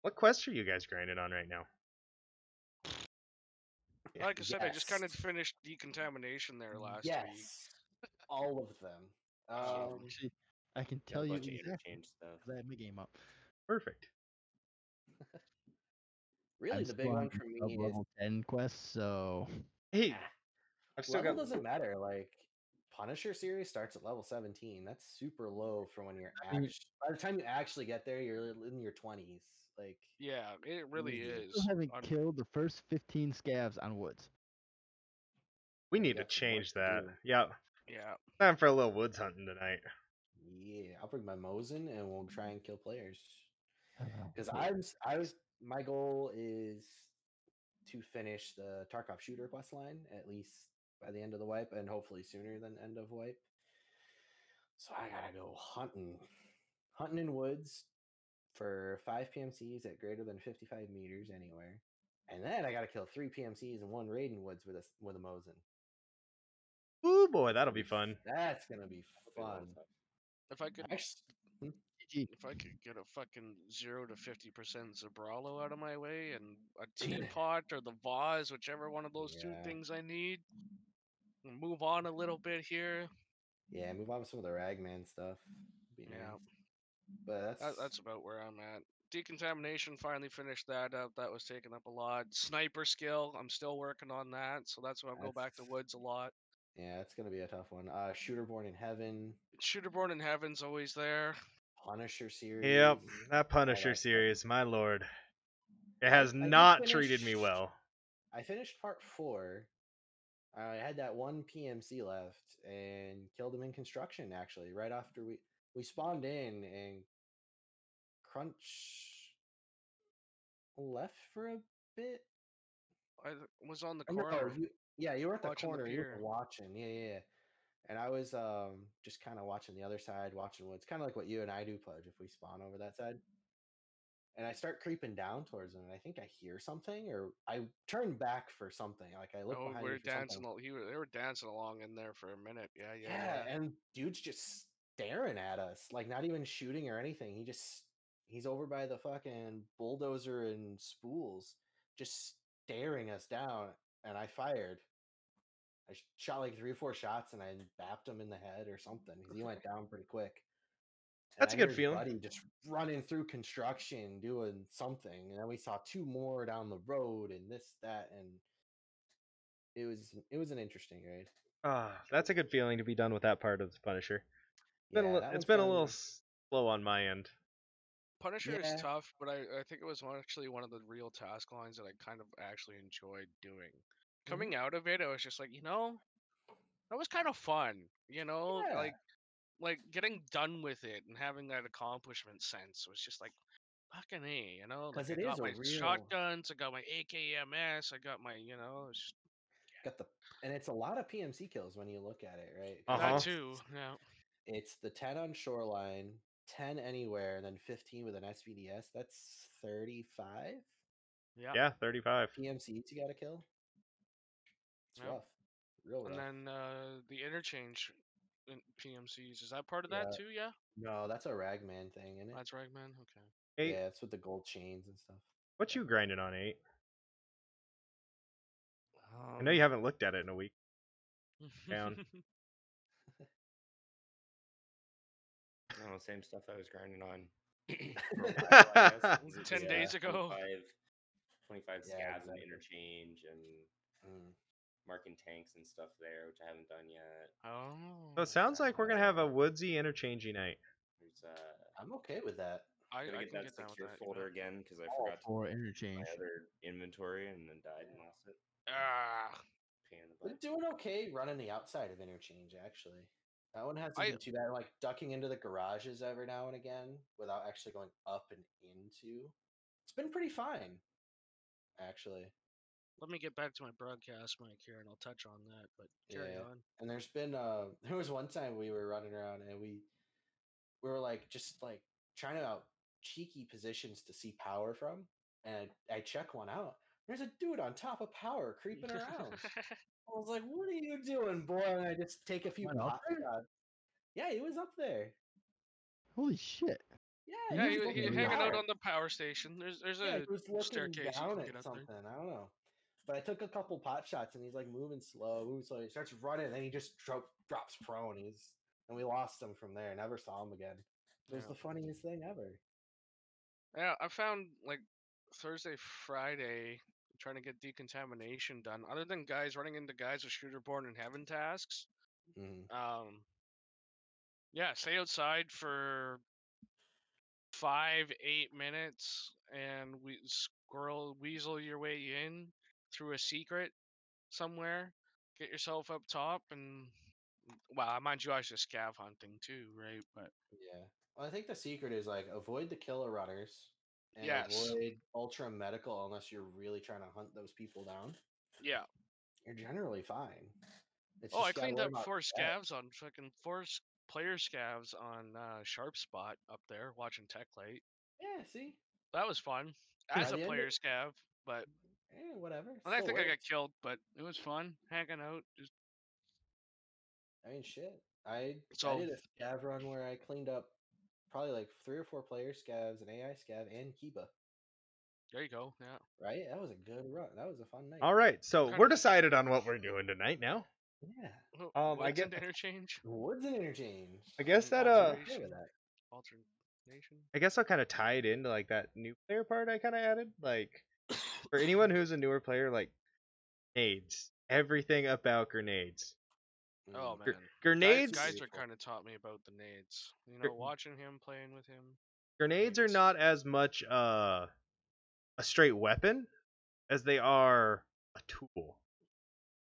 [SPEAKER 1] what quest are you guys grinding on right now? Yeah,
[SPEAKER 4] Like I said, I just kind of
[SPEAKER 2] yes.
[SPEAKER 4] finished decontamination there last
[SPEAKER 2] yes,
[SPEAKER 4] week.
[SPEAKER 2] all of them. Um,
[SPEAKER 3] Actually, I can
[SPEAKER 5] Got
[SPEAKER 3] tell
[SPEAKER 5] a
[SPEAKER 3] you
[SPEAKER 5] bunch of
[SPEAKER 3] exactly.
[SPEAKER 5] interchange stuff.
[SPEAKER 3] 'cause I had my game up.
[SPEAKER 1] Perfect.
[SPEAKER 2] really,
[SPEAKER 3] I'm
[SPEAKER 2] the big
[SPEAKER 3] still
[SPEAKER 2] one
[SPEAKER 3] on
[SPEAKER 2] for
[SPEAKER 3] sub
[SPEAKER 2] me is
[SPEAKER 3] level ten quest. So
[SPEAKER 1] Hey,
[SPEAKER 2] Ah,
[SPEAKER 1] I've still
[SPEAKER 2] level
[SPEAKER 1] got.
[SPEAKER 2] doesn't matter. Like Punisher series starts at level 17. That's super low for when you're
[SPEAKER 3] I mean-
[SPEAKER 2] act- by the time you actually get there, you're in your 20s. Like
[SPEAKER 4] Yeah, it really
[SPEAKER 2] Easy.
[SPEAKER 4] is.
[SPEAKER 3] still haven't
[SPEAKER 4] un-
[SPEAKER 3] killed the first fifteen scavs on woods.
[SPEAKER 1] We need to
[SPEAKER 2] got some work
[SPEAKER 1] change
[SPEAKER 2] to
[SPEAKER 1] that.
[SPEAKER 2] do.
[SPEAKER 1] Yeah,
[SPEAKER 4] yeah,
[SPEAKER 1] time for a little woods hunting tonight.
[SPEAKER 2] yeah, I'll bring my Mosin and we'll
[SPEAKER 3] Mm-hmm.
[SPEAKER 2] try and kill players. Because I'm s- I was my goal is to finish the Tarkov shooter quest line at least by the end of the wipe and hopefully sooner than end of wipe. So I gotta go hunting. Hunting in woods for five PMCs at greater than fifty five meters anywhere. And then I gotta kill three PMCs and one raid in woods with a s- with a Mosin.
[SPEAKER 1] Ooh boy, that'll be fun.
[SPEAKER 2] That's gonna be
[SPEAKER 5] Been a long
[SPEAKER 2] fun.
[SPEAKER 5] time.
[SPEAKER 4] if I could,
[SPEAKER 2] Actu-
[SPEAKER 3] GG.
[SPEAKER 4] if I could get a fucking zero to fifty percent Zabralo out of my way and a teapot or the vase, whichever one of those two
[SPEAKER 2] Yeah.
[SPEAKER 4] things I need, and move on a little bit here.
[SPEAKER 2] Yeah, move on with some of the Ragman stuff. Be
[SPEAKER 4] Yeah.
[SPEAKER 2] nice. But that's
[SPEAKER 4] That, that's about where I'm at. Decontamination finally finished that up. That was taking up a lot. Sniper skill, I'm still working on that, so that's why I go back to
[SPEAKER 2] That's-
[SPEAKER 4] woods a lot.
[SPEAKER 2] Yeah, it's gonna be a tough one. Uh Shooter Born in Heaven,
[SPEAKER 4] Shooterborn in Heaven's always there.
[SPEAKER 2] Punisher series.
[SPEAKER 1] Yep, that
[SPEAKER 2] that
[SPEAKER 1] Punisher
[SPEAKER 2] stuff.
[SPEAKER 1] series, my lord, it has
[SPEAKER 2] I did
[SPEAKER 1] not treated me
[SPEAKER 2] finish-
[SPEAKER 1] well.
[SPEAKER 2] I finished part four. I had that one PMC left and killed him in construction actually, right after we we spawned in and Crunch left for a bit.
[SPEAKER 4] I th- was on the
[SPEAKER 2] Or no,
[SPEAKER 4] corner.
[SPEAKER 2] you, yeah, you were at the
[SPEAKER 4] watching the
[SPEAKER 2] corner, you were
[SPEAKER 4] pier.
[SPEAKER 2] watching. Yeah, yeah, yeah. And I was um just kind of watching the other side, watching woods, kind of like what you and I do, Pudge, if we spawn over that side. And I start creeping down towards him, and I think I hear something, or I turn back for something. Like I look
[SPEAKER 4] oh,
[SPEAKER 2] behind
[SPEAKER 4] we
[SPEAKER 2] me
[SPEAKER 4] were
[SPEAKER 2] for something.
[SPEAKER 4] dancing. al- He, were- they were dancing along in there for a minute. Yeah, yeah.
[SPEAKER 2] Yeah, and dude's just staring at us, like not even shooting or anything. He just he's over by the fucking bulldozer and spools, just staring us down. And I fired. I sh- shot like three or four shots, and I bapped him in the head or something. 'cause He went down pretty quick. And
[SPEAKER 1] That's
[SPEAKER 2] I
[SPEAKER 1] a
[SPEAKER 2] hear
[SPEAKER 1] good
[SPEAKER 2] his
[SPEAKER 1] feeling.
[SPEAKER 2] Buddy just running through construction, doing something, and then we saw two more down the road, and this, that, and it was it was an interesting raid.
[SPEAKER 1] Ah, that's a good feeling to be done with that part of the Punisher. It's been a
[SPEAKER 2] Yeah,
[SPEAKER 1] li-
[SPEAKER 2] that
[SPEAKER 1] it's
[SPEAKER 2] one's
[SPEAKER 1] been a
[SPEAKER 2] done.
[SPEAKER 1] little slow on my end.
[SPEAKER 4] Punisher
[SPEAKER 2] yeah.
[SPEAKER 4] is tough, but I, I think it was one, actually one of the real task lines that I kind of actually enjoyed doing.
[SPEAKER 2] Mm-hmm.
[SPEAKER 4] Coming out of it, I was just like, you know, that was kind of fun. You know,
[SPEAKER 2] Yeah.
[SPEAKER 4] like like getting done with it and having that accomplishment sense was just like fucking a, you know. Like
[SPEAKER 2] 'Cause
[SPEAKER 4] I
[SPEAKER 2] it is
[SPEAKER 4] got
[SPEAKER 2] a
[SPEAKER 4] my
[SPEAKER 2] real-
[SPEAKER 4] shotguns, I got my AKMS, I got my, you know, it's just-
[SPEAKER 2] got the and it's a lot of PMC kills when you look at it, right?
[SPEAKER 1] Uh-huh.
[SPEAKER 4] that
[SPEAKER 2] It's-
[SPEAKER 4] too. Yeah.
[SPEAKER 2] It's the 10 on shoreline, 10 anywhere, and then 15 with an SVDS. That's 35
[SPEAKER 4] Yeah.
[SPEAKER 1] Yeah, 35.
[SPEAKER 2] PMCs you gotta kill. It's
[SPEAKER 4] Yeah.
[SPEAKER 2] rough. Real rough.
[SPEAKER 4] And then uh, the interchange in PMCs, is that part of that
[SPEAKER 2] Yeah.
[SPEAKER 4] too? Yeah.
[SPEAKER 2] no, that's a ragman thing, isn't it?
[SPEAKER 4] That's right, man. Okay.
[SPEAKER 1] Eight.
[SPEAKER 2] Yeah, it's with the gold chains and stuff.
[SPEAKER 1] What you grinding on eight? I know
[SPEAKER 2] Um,
[SPEAKER 1] you haven't looked at it in a week. down.
[SPEAKER 5] I don't know, same stuff I was grinding on. for a while, I guess, 'cause it
[SPEAKER 4] 10
[SPEAKER 5] was,
[SPEAKER 4] days ago.
[SPEAKER 5] 25, 25
[SPEAKER 2] Yeah,
[SPEAKER 5] scabs
[SPEAKER 2] exactly.
[SPEAKER 5] and interchange and
[SPEAKER 2] Mm.
[SPEAKER 5] marking tanks and stuff there, which I haven't done yet.
[SPEAKER 4] oh.
[SPEAKER 1] So it sounds like we're gonna have a woodsy interchangey night.
[SPEAKER 5] There's, uh,
[SPEAKER 2] I'm okay with that.
[SPEAKER 4] I, I
[SPEAKER 5] I'm gonna
[SPEAKER 4] can
[SPEAKER 5] get that
[SPEAKER 4] get down with
[SPEAKER 5] secure
[SPEAKER 4] that. you know.
[SPEAKER 5] folder again because I
[SPEAKER 2] Oh,
[SPEAKER 5] forgot to
[SPEAKER 3] Or
[SPEAKER 5] put my
[SPEAKER 3] interchange.
[SPEAKER 5] other inventory and then died and lost it.
[SPEAKER 4] Ah,
[SPEAKER 5] Pain in the
[SPEAKER 2] We're
[SPEAKER 5] butt.
[SPEAKER 2] doing okay running the outside of interchange, actually. That one hasn't
[SPEAKER 4] I-
[SPEAKER 2] been too bad. Like ducking into the garages every now and again without actually going up and into. It's been pretty fine, actually.
[SPEAKER 4] Let me get back to my broadcast mic here, and I'll touch on that. But carry
[SPEAKER 2] Yeah.
[SPEAKER 4] on.
[SPEAKER 2] And there's been uh there was one time we were running around and we we were like just like trying out cheeky positions to see power from. And I check one out. There's a dude on top of power creeping around. I was like, "What are you doing, boy?" And I just take a few
[SPEAKER 3] Went up
[SPEAKER 2] pot shots. Yeah, he was up there.
[SPEAKER 3] Holy shit!
[SPEAKER 2] Yeah,
[SPEAKER 4] yeah,
[SPEAKER 3] he
[SPEAKER 4] he,
[SPEAKER 3] was
[SPEAKER 4] was- he
[SPEAKER 3] looking
[SPEAKER 4] hanging out
[SPEAKER 2] down.
[SPEAKER 4] on the power station. There's there's
[SPEAKER 2] yeah,
[SPEAKER 4] a
[SPEAKER 2] he was looking
[SPEAKER 4] staircase you
[SPEAKER 2] down
[SPEAKER 4] can
[SPEAKER 2] at
[SPEAKER 4] get up
[SPEAKER 2] something.
[SPEAKER 4] there.
[SPEAKER 2] I don't know. But I took a couple pot shots, and he's like moving slow, moving slow. He starts running, and then he just dro- drops prone. He's and we lost him from there. Never saw him again. It was
[SPEAKER 4] Yeah.
[SPEAKER 2] the funniest thing ever.
[SPEAKER 4] Yeah, I found like Thursday, Friday, trying to get decontamination done. Other than guys running into guys with shooter born in heaven tasks,
[SPEAKER 2] Mhm.
[SPEAKER 4] um, yeah, stay outside for five, eight minutes, and we squirrel weasel your way in through a secret somewhere. Get yourself up top, and well, mind you, I was just scav hunting too, right? But
[SPEAKER 2] Yeah. Well, I think the secret is like avoid the killer runners. And
[SPEAKER 4] Yes.
[SPEAKER 2] avoid ultra medical unless you're really trying to hunt those people down.
[SPEAKER 4] yeah,
[SPEAKER 2] You're generally fine. It's
[SPEAKER 4] Oh, I
[SPEAKER 2] just gotta
[SPEAKER 4] cleaned
[SPEAKER 2] worry
[SPEAKER 4] up
[SPEAKER 2] about
[SPEAKER 4] four
[SPEAKER 2] that.
[SPEAKER 4] scavs on fucking four s- player scavs on uh, Sharp Spot up there watching Tech Light.
[SPEAKER 2] Yeah, see?
[SPEAKER 4] That was fun
[SPEAKER 2] By
[SPEAKER 4] as
[SPEAKER 2] the
[SPEAKER 4] a
[SPEAKER 2] end of-
[SPEAKER 4] player scav, but
[SPEAKER 2] Eh, whatever.
[SPEAKER 4] I don't
[SPEAKER 2] still
[SPEAKER 4] think I got
[SPEAKER 2] works.
[SPEAKER 4] killed, but it was fun hanging out. Just
[SPEAKER 2] I mean, shit. I I
[SPEAKER 4] So-
[SPEAKER 2] did a scav run where I cleaned up probably like three or four player scavs, an AI scav, and Kiba.
[SPEAKER 4] there you go. Yeah,
[SPEAKER 2] Right? That was a good run. That was a fun night.
[SPEAKER 1] All right, so
[SPEAKER 4] Kinda-
[SPEAKER 1] we're decided on what we're doing tonight now.
[SPEAKER 2] Yeah.
[SPEAKER 4] Wo-
[SPEAKER 1] Um, I
[SPEAKER 4] Woods
[SPEAKER 1] get-
[SPEAKER 4] and interchange.
[SPEAKER 2] Woods and interchange.
[SPEAKER 1] I guess
[SPEAKER 4] And
[SPEAKER 1] that uh,
[SPEAKER 4] observation.
[SPEAKER 2] Okay with that.
[SPEAKER 4] Alternation.
[SPEAKER 1] I guess I'll kind of tie it into like that new player part I kind of added. Like for anyone who's a newer player, like grenades, everything about grenades,
[SPEAKER 4] Oh
[SPEAKER 2] Mm.
[SPEAKER 4] man,
[SPEAKER 1] grenades,
[SPEAKER 4] Guys, guys
[SPEAKER 2] Beautiful.
[SPEAKER 4] kind of taught me about the nades. You
[SPEAKER 1] Gr-
[SPEAKER 4] know, watching him playing with him.
[SPEAKER 1] grenades are
[SPEAKER 4] grenades.
[SPEAKER 1] not as much uh a straight weapon as they are a tool.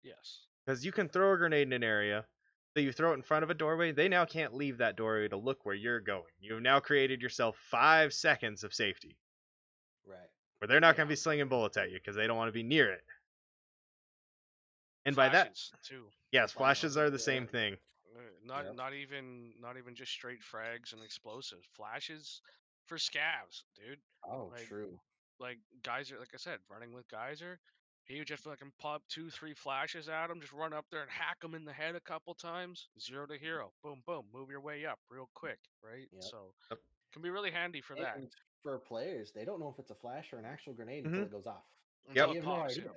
[SPEAKER 4] Yes.
[SPEAKER 1] because you can throw a grenade in an area so you throw it in front of a doorway they now can't leave that doorway to look where you're going you've now created yourself five seconds of safety
[SPEAKER 2] Right.
[SPEAKER 1] where they're not going to
[SPEAKER 4] Yeah.
[SPEAKER 1] be slinging bullets at you because they don't want to be near it and by that
[SPEAKER 4] Flashes, too.
[SPEAKER 1] yes
[SPEAKER 2] Flash
[SPEAKER 1] flashes
[SPEAKER 2] on,
[SPEAKER 1] are the
[SPEAKER 2] yeah.
[SPEAKER 1] same thing
[SPEAKER 4] Uh, not
[SPEAKER 2] Yep.
[SPEAKER 4] not even not even just straight frags and explosives flashes for scavs dude
[SPEAKER 2] Oh,
[SPEAKER 4] Like,
[SPEAKER 2] true.
[SPEAKER 4] like geyser like i said running with geyser he would just fucking pop two three flashes at him just run up there and hack him in the head a couple times zero to hero boom boom move your way up real quick right
[SPEAKER 2] Mm-hmm. Yep.
[SPEAKER 4] so
[SPEAKER 1] Yep.
[SPEAKER 4] can be really handy for that Mm-hmm.
[SPEAKER 2] And for players, they don't know if it's a flash or an actual grenade until
[SPEAKER 1] Mhm.
[SPEAKER 2] it goes off.
[SPEAKER 1] Yep.
[SPEAKER 4] until
[SPEAKER 2] They
[SPEAKER 4] it
[SPEAKER 2] have no
[SPEAKER 4] pops,
[SPEAKER 2] idea.
[SPEAKER 4] yeah.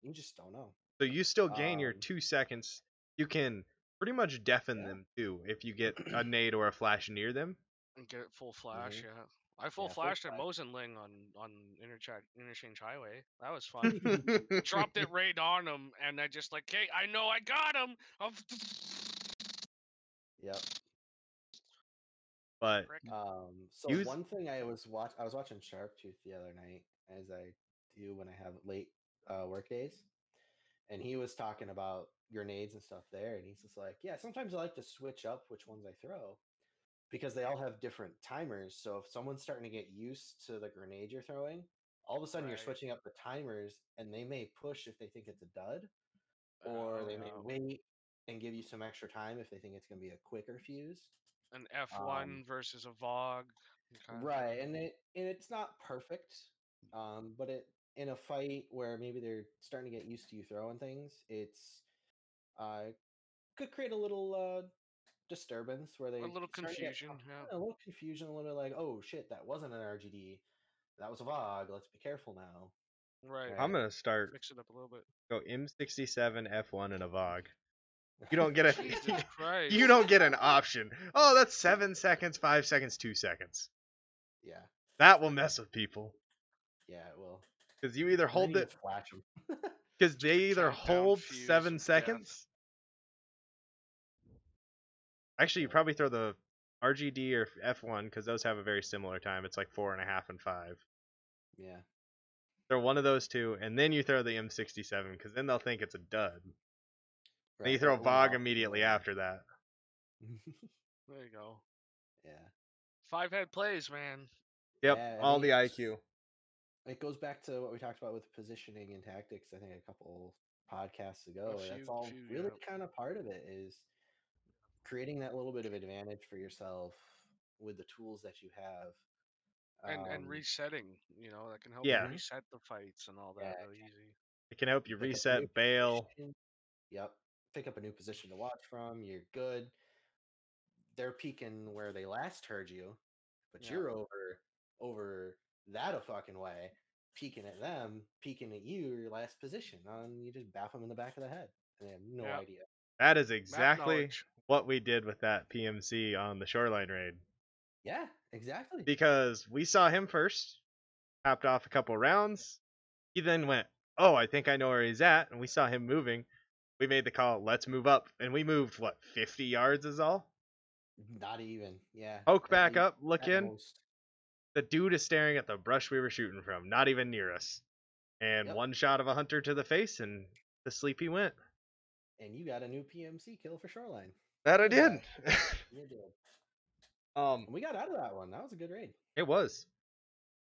[SPEAKER 2] You just don't know.
[SPEAKER 1] so you still gain your
[SPEAKER 2] Um,
[SPEAKER 1] two seconds you can pretty much deafen
[SPEAKER 2] yeah.
[SPEAKER 1] them too if you get a nade or a flash near them
[SPEAKER 4] and get it full flash
[SPEAKER 2] Mhm.
[SPEAKER 4] yeah i full
[SPEAKER 2] Yeah, full
[SPEAKER 4] flashed at
[SPEAKER 2] flash.
[SPEAKER 4] Mosenling on on interchange interchange highway that was fun dropped it right on him, and I just like, hey, I know I got him. I'm
[SPEAKER 2] Yep.
[SPEAKER 1] but
[SPEAKER 4] frick."
[SPEAKER 2] Um, so
[SPEAKER 1] Use-
[SPEAKER 2] one thing I was watch I was watching Sharptooth the other night, as I do when I have late uh, work days, and he was talking about grenades and stuff there, and he's just like, yeah, sometimes I like to switch up which ones I throw because they all have different timers. So if someone's starting to get used to the grenade you're throwing, all of a sudden you're
[SPEAKER 4] Right.
[SPEAKER 2] switching up the timers, and they may push if they think it's a dud, or they may
[SPEAKER 4] Oh.
[SPEAKER 2] wait and give you some extra time if they think it's going to be a quicker fuse.
[SPEAKER 4] an F one
[SPEAKER 2] um,
[SPEAKER 4] versus a Vogue. kind of
[SPEAKER 2] right
[SPEAKER 4] thing.
[SPEAKER 2] and it and it's not perfect
[SPEAKER 1] Mm-hmm.
[SPEAKER 2] um but it in a fight where maybe they're starting to get used to you throwing things it's uh could create a little uh disturbance where they
[SPEAKER 4] a little
[SPEAKER 2] start to get
[SPEAKER 4] confusion.
[SPEAKER 2] com- a
[SPEAKER 4] Yeah.
[SPEAKER 2] little confusion a little bit like oh shit that wasn't an rgd that was a vog let's be careful now
[SPEAKER 4] Right.
[SPEAKER 1] i'm going to start
[SPEAKER 4] Mix it up a little bit.
[SPEAKER 1] go m67 f1 and a vog You don't get a-
[SPEAKER 4] Jesus Christ.
[SPEAKER 1] you don't get an option. Oh, that's seven seconds, five seconds, two seconds.
[SPEAKER 2] yeah
[SPEAKER 1] That will mess with people
[SPEAKER 2] yeah it will
[SPEAKER 1] because you either
[SPEAKER 2] And then
[SPEAKER 1] hold
[SPEAKER 2] you
[SPEAKER 1] it
[SPEAKER 2] just flash 'em.
[SPEAKER 1] because they either
[SPEAKER 4] countdown
[SPEAKER 1] hold
[SPEAKER 4] fuse
[SPEAKER 1] seven
[SPEAKER 4] of death.
[SPEAKER 1] seconds. Actually, you probably throw the RGD or F1 because those have a very similar time. It's like four and a half and five.
[SPEAKER 2] yeah
[SPEAKER 1] Throw one of those two, and then you throw the M67 because then they'll think it's a dud. Then you
[SPEAKER 2] right,
[SPEAKER 1] throw
[SPEAKER 2] that one
[SPEAKER 1] Bog
[SPEAKER 2] off.
[SPEAKER 1] immediately after that.
[SPEAKER 4] There you go.
[SPEAKER 2] yeah
[SPEAKER 4] Five head plays, man.
[SPEAKER 1] Yep,
[SPEAKER 2] Yeah, I
[SPEAKER 1] all
[SPEAKER 2] mean,
[SPEAKER 1] the IQ.
[SPEAKER 2] it goes back to what we talked about with positioning and tactics. I think a couple
[SPEAKER 4] Oh,
[SPEAKER 2] podcasts ago. and
[SPEAKER 4] few-
[SPEAKER 2] that's all
[SPEAKER 4] few,
[SPEAKER 2] really
[SPEAKER 4] yeah.
[SPEAKER 2] kind of part of it is creating that little bit of advantage for yourself with the tools that you have.
[SPEAKER 4] and and
[SPEAKER 2] Um,
[SPEAKER 4] resetting, you know, that can help
[SPEAKER 1] Yeah.
[SPEAKER 4] you reset the fights and all that
[SPEAKER 2] Yeah,
[SPEAKER 4] really easy.
[SPEAKER 1] It can help you
[SPEAKER 2] pick up a new
[SPEAKER 1] reset, bail.
[SPEAKER 2] position. Yep. Pick up a new position to watch from. You're good. They're peaking where they last heard you, but
[SPEAKER 4] Yeah.
[SPEAKER 2] you're over over that a fucking way, peeking at them, peeking at you, your last position. And you just baff them in the back of the head. And they have no
[SPEAKER 4] Yeah.
[SPEAKER 2] idea.
[SPEAKER 1] That is
[SPEAKER 4] Map
[SPEAKER 1] exactly
[SPEAKER 4] knowledge.
[SPEAKER 1] what we did with that PMC on the shoreline raid.
[SPEAKER 2] Yeah, exactly.
[SPEAKER 1] because we saw him first, hopped off a couple rounds. He then went, "Oh, I think I know where he's at," and we saw him moving. We made the call, "Let's move up," and we moved what 50 yards is all.
[SPEAKER 2] Not even. Yeah.
[SPEAKER 1] Poke
[SPEAKER 2] at
[SPEAKER 1] back
[SPEAKER 2] least-
[SPEAKER 1] up, look
[SPEAKER 2] at
[SPEAKER 1] in.
[SPEAKER 2] most.
[SPEAKER 1] The dude is staring at the brush we were shooting from, not even near us. And
[SPEAKER 2] Yep.
[SPEAKER 1] one shot of a hunter to the face, and to sleep he went.
[SPEAKER 2] And you got a new PMC kill for Shoreline.
[SPEAKER 1] That I
[SPEAKER 2] Yeah.
[SPEAKER 1] did.
[SPEAKER 2] You did.
[SPEAKER 1] um,
[SPEAKER 2] And we got out of that one. That was a good raid.
[SPEAKER 1] It was.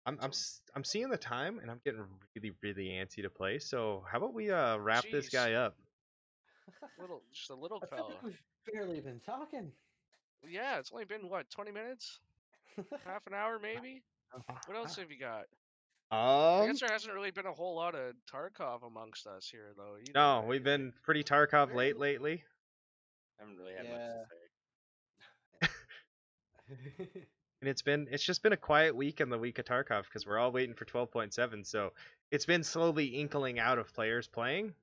[SPEAKER 1] I'm I'm
[SPEAKER 4] So-
[SPEAKER 1] s- I'm seeing the time and I'm getting really really antsy to play. So how about we uh wrap this
[SPEAKER 4] Jeez.
[SPEAKER 1] guy up?
[SPEAKER 4] Little, just a little
[SPEAKER 2] I feel
[SPEAKER 4] fella.
[SPEAKER 2] like we've barely been talking.
[SPEAKER 4] Yeah, it's only been what, 20 minutes? Half an hour maybe?
[SPEAKER 2] Uh-huh.
[SPEAKER 4] What else have you got? I
[SPEAKER 1] Um,
[SPEAKER 4] guess there hasn't really been a whole lot of Tarkov amongst us here though. Either,
[SPEAKER 1] no,
[SPEAKER 4] right?
[SPEAKER 1] we've been pretty Tarkov
[SPEAKER 2] Very
[SPEAKER 1] late
[SPEAKER 2] good.
[SPEAKER 1] lately.
[SPEAKER 5] I haven't really had much to
[SPEAKER 2] Yeah.
[SPEAKER 5] say.
[SPEAKER 1] and it's been it's just been a quiet week and the week of Tarkov because we're all waiting for 12.7. So it's been slowly inkling out of players playing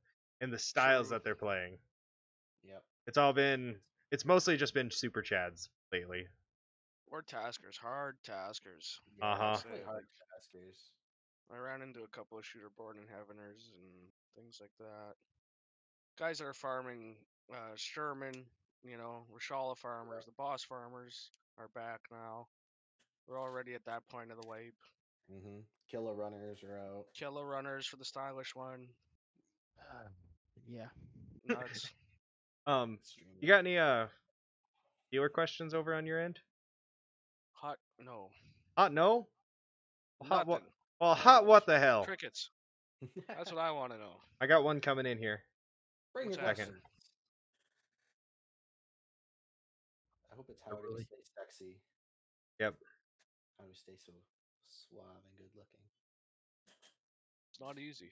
[SPEAKER 1] and the styles
[SPEAKER 2] True.
[SPEAKER 1] that they're playing.
[SPEAKER 2] yep.
[SPEAKER 1] It's all been it's mostly just been super chads lately.
[SPEAKER 4] We're taskers, hard taskers.
[SPEAKER 2] Yeah,
[SPEAKER 1] Uh-huh.
[SPEAKER 2] it's really
[SPEAKER 4] Yeah,
[SPEAKER 2] hard
[SPEAKER 4] like-
[SPEAKER 2] taskers.
[SPEAKER 4] I ran into a couple of shooter born inhabitants and things like that. Guys that are farming uh, Sherman, you know, Rashala farmers, the boss farmers are back now. We're already at that point of the wipe.
[SPEAKER 2] Mm-hmm. Killer runners are out.
[SPEAKER 4] Killer runners for the stylish one.
[SPEAKER 3] yeah.
[SPEAKER 4] Nuts.
[SPEAKER 1] Um,
[SPEAKER 2] Streaming.
[SPEAKER 1] you got any uh viewer questions over on your end?
[SPEAKER 4] Hot no.
[SPEAKER 1] Hot no. Hot what?
[SPEAKER 4] nothing.
[SPEAKER 1] Well, hot what the hell?
[SPEAKER 4] Crickets. That's what I want to know.
[SPEAKER 1] I got one coming in here.
[SPEAKER 2] Bring your
[SPEAKER 4] What's happening?
[SPEAKER 2] questions. I hope it's
[SPEAKER 3] Oh,
[SPEAKER 2] how to
[SPEAKER 3] really?
[SPEAKER 2] stay sexy.
[SPEAKER 1] Yep.
[SPEAKER 2] How to stay so suave and good looking.
[SPEAKER 4] It's not easy.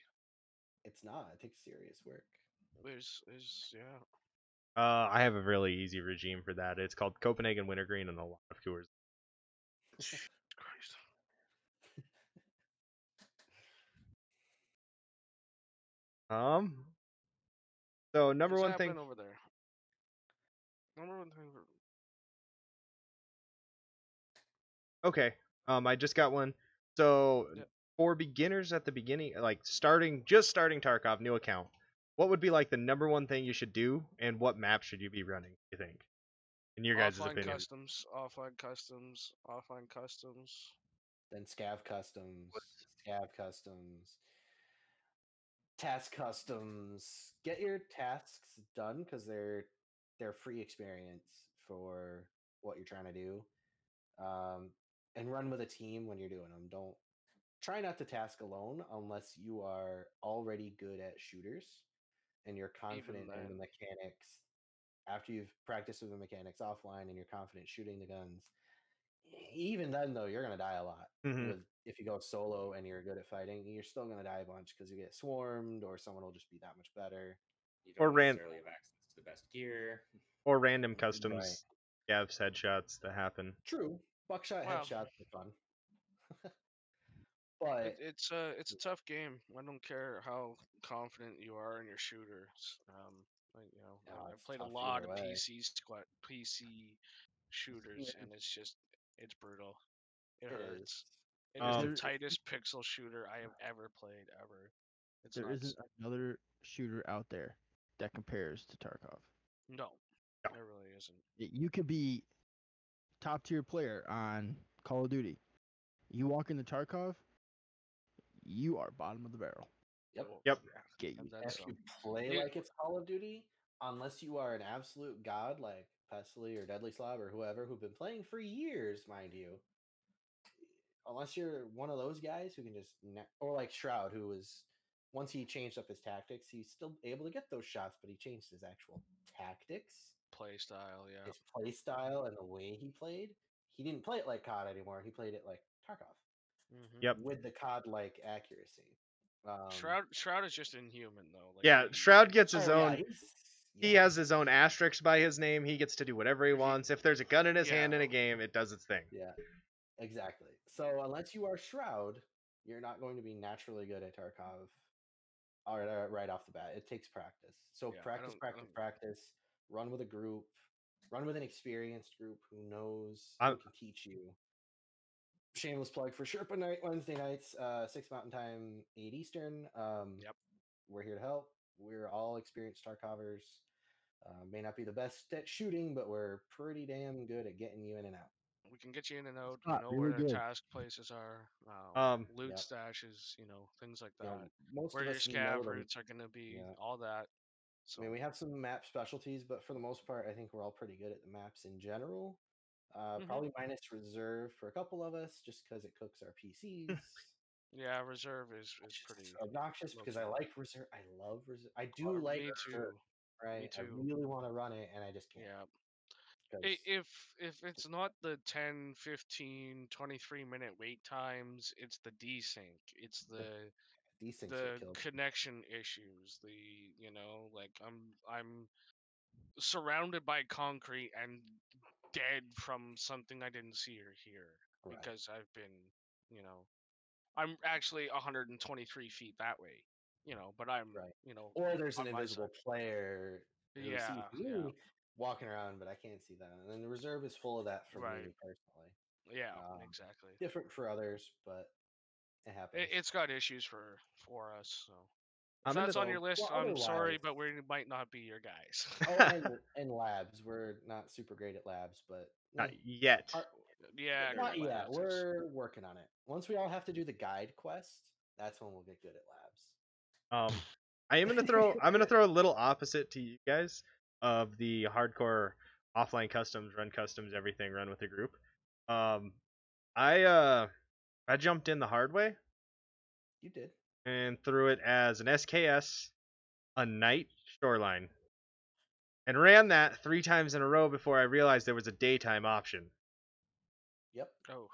[SPEAKER 2] It's not. It takes serious work.
[SPEAKER 4] There's there's yeah.
[SPEAKER 1] Uh, I have a really easy regime for that. It's called Copenhagen Wintergreen and a lot of cures.
[SPEAKER 4] Christ.
[SPEAKER 1] Um. So number
[SPEAKER 4] What's
[SPEAKER 1] one thing.
[SPEAKER 4] happening over there. Number one thing over-
[SPEAKER 1] Okay. Um, I just got one. So
[SPEAKER 4] Yep.
[SPEAKER 1] for beginners at the beginning, like starting just starting Tarkov new account, what would be like the number one thing you should do, and what map should you be running? You think? In your guys'
[SPEAKER 4] offline
[SPEAKER 1] opinion.
[SPEAKER 4] customs, offline customs, offline customs.
[SPEAKER 2] Then scav customs, scav customs, task customs. Get your tasks done because they're they're free experience for what you're trying to do. Um, and run with a team when you're doing them. Don't try not to task alone unless you are already good at shooters and you're confident in the
[SPEAKER 4] then.
[SPEAKER 2] mechanics. After you've practiced with the mechanics offline and you're confident shooting the guns, e, even then though you're gonna die a lot
[SPEAKER 4] Mm.
[SPEAKER 1] Mhm.
[SPEAKER 2] with if you go solo and you're good at fighting, you're still gonna die a bunch because you get swarmed or someone will just be that much better.
[SPEAKER 5] You don't
[SPEAKER 1] Or ran-
[SPEAKER 5] necessarily have access to the best gear.
[SPEAKER 1] Or random customs, scavs, headshots that happen.
[SPEAKER 2] True, buckshot
[SPEAKER 4] Well-
[SPEAKER 2] headshots are fun, but
[SPEAKER 4] It, it's a it's a tough game. I don't care how confident you are in your shooters. Um, like, you know,
[SPEAKER 2] No,
[SPEAKER 4] I-
[SPEAKER 2] it's
[SPEAKER 4] I've played a
[SPEAKER 2] tough
[SPEAKER 4] lot
[SPEAKER 2] either
[SPEAKER 4] of
[SPEAKER 2] way.
[SPEAKER 4] PC squad, PC shooters, and it's just it's brutal. It,
[SPEAKER 2] it
[SPEAKER 4] hurts.
[SPEAKER 2] is.
[SPEAKER 4] It is
[SPEAKER 1] Um,
[SPEAKER 4] the
[SPEAKER 3] There-
[SPEAKER 4] tightest pixel shooter I have ever played ever. It's
[SPEAKER 3] There
[SPEAKER 4] nuts.
[SPEAKER 3] isn't another shooter out there that compares to Tarkov.
[SPEAKER 4] no,
[SPEAKER 1] No.
[SPEAKER 4] there really isn't.
[SPEAKER 3] Y- You could be top tier player on Call of Duty. You walk into Tarkov, you are bottom of the barrel.
[SPEAKER 2] Yep.
[SPEAKER 4] Well,
[SPEAKER 1] Yep.
[SPEAKER 4] yeah,
[SPEAKER 3] Get
[SPEAKER 4] and um,
[SPEAKER 3] you.
[SPEAKER 4] then
[SPEAKER 2] If
[SPEAKER 4] some.
[SPEAKER 2] you play
[SPEAKER 4] Yeah.
[SPEAKER 2] like it's Call of Duty, unless you are an absolute god like Pesley or Deadly Slob or whoever who've been playing for years, mind you, unless you're one of those guys who can just ne- or like Shroud, who was once he changed up his tactics, he's still able to get those shots, but he changed his actual tactics,
[SPEAKER 4] Play style, yeah.
[SPEAKER 2] his play style, and the way he played. He didn't play it like COD anymore. He played it like Tarkov
[SPEAKER 4] Mhm.
[SPEAKER 1] Yep.
[SPEAKER 2] with the COD like accuracy. Um,
[SPEAKER 4] Shroud Shroud is just inhuman though. Like
[SPEAKER 1] Yeah,
[SPEAKER 4] he-
[SPEAKER 1] Shroud gets
[SPEAKER 2] oh,
[SPEAKER 1] his
[SPEAKER 2] yeah,
[SPEAKER 1] own.
[SPEAKER 2] he's-
[SPEAKER 1] He
[SPEAKER 2] yeah.
[SPEAKER 1] has his own asterisk by his name. He gets to do whatever he wants. If there's a gun in his hand in a
[SPEAKER 4] Yeah.
[SPEAKER 1] game, it does its thing.
[SPEAKER 2] Yeah, exactly. So unless you are Shroud, you're not going to be naturally good at Tarkov. All right, all right, right off the bat, it takes practice. So
[SPEAKER 4] Yeah, I
[SPEAKER 2] practice,
[SPEAKER 4] don't- I
[SPEAKER 2] practice,
[SPEAKER 4] don't-
[SPEAKER 2] practice. Run with a group. Run with an experienced group who knows
[SPEAKER 1] I'm-
[SPEAKER 2] who can teach you. Shameless plug for Sherpa Night Wednesday nights, uh, six Mountain Time, eight Eastern. Um,
[SPEAKER 4] Yep.
[SPEAKER 2] we're here to help. We're all experienced Tarkovers. Uh, may not be the best at shooting, but we're pretty damn good at getting you in and out.
[SPEAKER 4] we can get you in and out. You
[SPEAKER 3] not
[SPEAKER 4] know
[SPEAKER 3] really
[SPEAKER 4] where the
[SPEAKER 3] good.
[SPEAKER 4] task places are. Um,
[SPEAKER 1] Um,
[SPEAKER 4] loot
[SPEAKER 2] Yep.
[SPEAKER 4] stashes, you know, things like
[SPEAKER 2] you know,
[SPEAKER 4] that.
[SPEAKER 2] most
[SPEAKER 4] where
[SPEAKER 2] of
[SPEAKER 4] your
[SPEAKER 2] us know
[SPEAKER 4] scav
[SPEAKER 2] them.
[SPEAKER 4] routes are gonna be,
[SPEAKER 2] Yeah.
[SPEAKER 4] all that. So
[SPEAKER 2] I mean, we have some map specialties, but for the most part, I think we're all pretty good at the maps in general. Uh,
[SPEAKER 4] Mhm.
[SPEAKER 2] Probably minus reserve for a couple of us, just because it cooks our PCs. which
[SPEAKER 4] yeah, reserve is, is
[SPEAKER 2] is
[SPEAKER 4] pretty.
[SPEAKER 2] obnoxious because I
[SPEAKER 4] low-key.
[SPEAKER 2] like reserve. I love reserve. I do
[SPEAKER 4] hard.
[SPEAKER 2] like
[SPEAKER 4] me
[SPEAKER 2] reserve,
[SPEAKER 4] too.
[SPEAKER 2] right?
[SPEAKER 4] too.
[SPEAKER 2] I really want to run it, and I just can't.
[SPEAKER 4] Yeah. I-
[SPEAKER 2] 'cause-
[SPEAKER 4] If if it's not the 10, 15, 23 minute wait times, it's the desync. It's the
[SPEAKER 2] these things
[SPEAKER 4] the
[SPEAKER 2] get killed.
[SPEAKER 4] connection issues the you know like i'm i'm surrounded by concrete and dead from something i didn't see or hear
[SPEAKER 2] Right.
[SPEAKER 4] because i've been you know i'm actually 123 feet that way you know but i'm
[SPEAKER 2] Right.
[SPEAKER 4] you know
[SPEAKER 2] Or there's an
[SPEAKER 4] on my side.
[SPEAKER 2] invisible player who sees
[SPEAKER 4] yeah, yeah
[SPEAKER 2] me walking around, but I can't see them. And then the reserve is full of that for me
[SPEAKER 4] Right.
[SPEAKER 2] personally.
[SPEAKER 4] yeah
[SPEAKER 2] Um,
[SPEAKER 4] exactly
[SPEAKER 2] Different for others, but it happens.
[SPEAKER 4] it, it's got issues for for us so
[SPEAKER 1] I'm
[SPEAKER 4] if
[SPEAKER 1] in the
[SPEAKER 4] that's on your
[SPEAKER 1] middle.
[SPEAKER 4] list
[SPEAKER 2] Well,
[SPEAKER 4] i'm sorry
[SPEAKER 2] otherwise-
[SPEAKER 4] but we might not be your guys
[SPEAKER 2] oh, and, and labs. We're not super great at labs, but
[SPEAKER 1] Not
[SPEAKER 2] eh,
[SPEAKER 1] yet.
[SPEAKER 2] are-
[SPEAKER 4] yeah
[SPEAKER 5] Not
[SPEAKER 2] not
[SPEAKER 4] Grandma,
[SPEAKER 2] yet.
[SPEAKER 4] that's just-
[SPEAKER 2] We're working on it. Once we all have to do the guide quest, that's when we'll get good at labs.
[SPEAKER 1] Um, I am gonna throw. I'm gonna throw a little opposite to you guys of the hardcore offline customs, run customs, everything, run with a group. Um, I uh, I jumped in the hard way
[SPEAKER 2] You did.
[SPEAKER 1] and threw it as an SKS, a night shoreline, and ran that three times in a row before I realized there was a daytime option.
[SPEAKER 2] Yep.
[SPEAKER 4] oh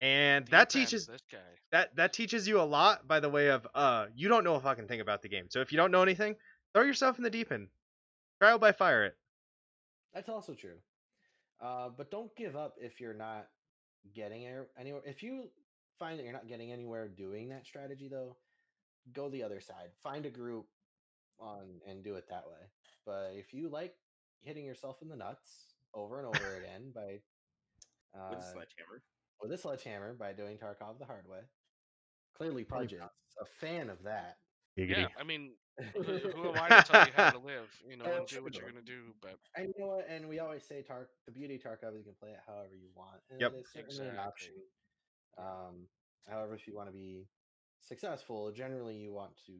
[SPEAKER 1] And that
[SPEAKER 4] defense,
[SPEAKER 1] teaches
[SPEAKER 4] this guy
[SPEAKER 1] that that teaches you a lot by the way of uh you don't know a fucking thing about the game. So if you don't know anything, throw yourself in the deep end. Trial by fire it.
[SPEAKER 2] That's also true. Uh, but don't give up if you're not getting air- anywhere. If you find that you're not getting anywhere doing that strategy, though, go the other side. Find a group on and do it that way. But if you like hitting yourself in the nuts over and over again by uh,
[SPEAKER 5] with a sledgehammer.
[SPEAKER 2] with a sledgehammer by doing Tarkov the hard way, clearly
[SPEAKER 3] Pretty
[SPEAKER 2] Pudgeon's a fan of that.
[SPEAKER 4] Yeah, I mean, who who am I to tell you how to live? You know,
[SPEAKER 2] Oh,
[SPEAKER 4] and do what
[SPEAKER 2] true.
[SPEAKER 4] you're gonna do. But
[SPEAKER 2] And you know what? And we always say Tark the beauty of Tarkov is you can play it however you want. And
[SPEAKER 1] Yep.
[SPEAKER 2] it is certainly an
[SPEAKER 4] Exactly.
[SPEAKER 2] option. Um, however, if you want to be successful, generally you want to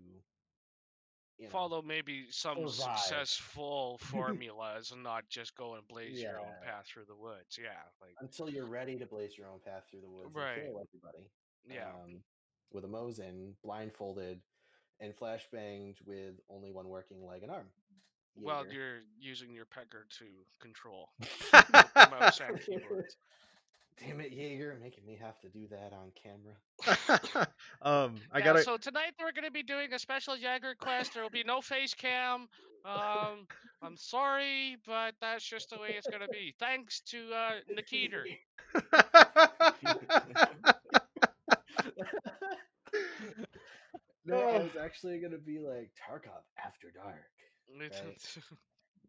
[SPEAKER 2] you know,
[SPEAKER 4] follow maybe some
[SPEAKER 2] survive.
[SPEAKER 4] successful formulas and not just go and blaze your own
[SPEAKER 2] Yeah.
[SPEAKER 4] path through the woods. Yeah, like
[SPEAKER 2] until you're ready to blaze your own path through the woods
[SPEAKER 4] Right.
[SPEAKER 2] and kill everybody.
[SPEAKER 4] yeah,
[SPEAKER 1] Uh,
[SPEAKER 2] Um, with a Mosin, blindfolded and flashbanged with only one working leg and arm.
[SPEAKER 4] while
[SPEAKER 2] Jaeger.
[SPEAKER 4] you're using your pecker to control the
[SPEAKER 1] Giggity.
[SPEAKER 4] mouse and keyboard.
[SPEAKER 2] Damn it, Jaeger, making me have to do that on camera.
[SPEAKER 1] um I
[SPEAKER 4] Yeah,
[SPEAKER 1] gotta
[SPEAKER 4] So tonight we're gonna be doing a special Jagger quest. There will be no face cam. Um, I'm sorry, but that's just the way it's gonna be. Thanks to uh, Nikiter.
[SPEAKER 2] No, I
[SPEAKER 1] Oh.
[SPEAKER 2] was actually gonna be like Tarkov after dark.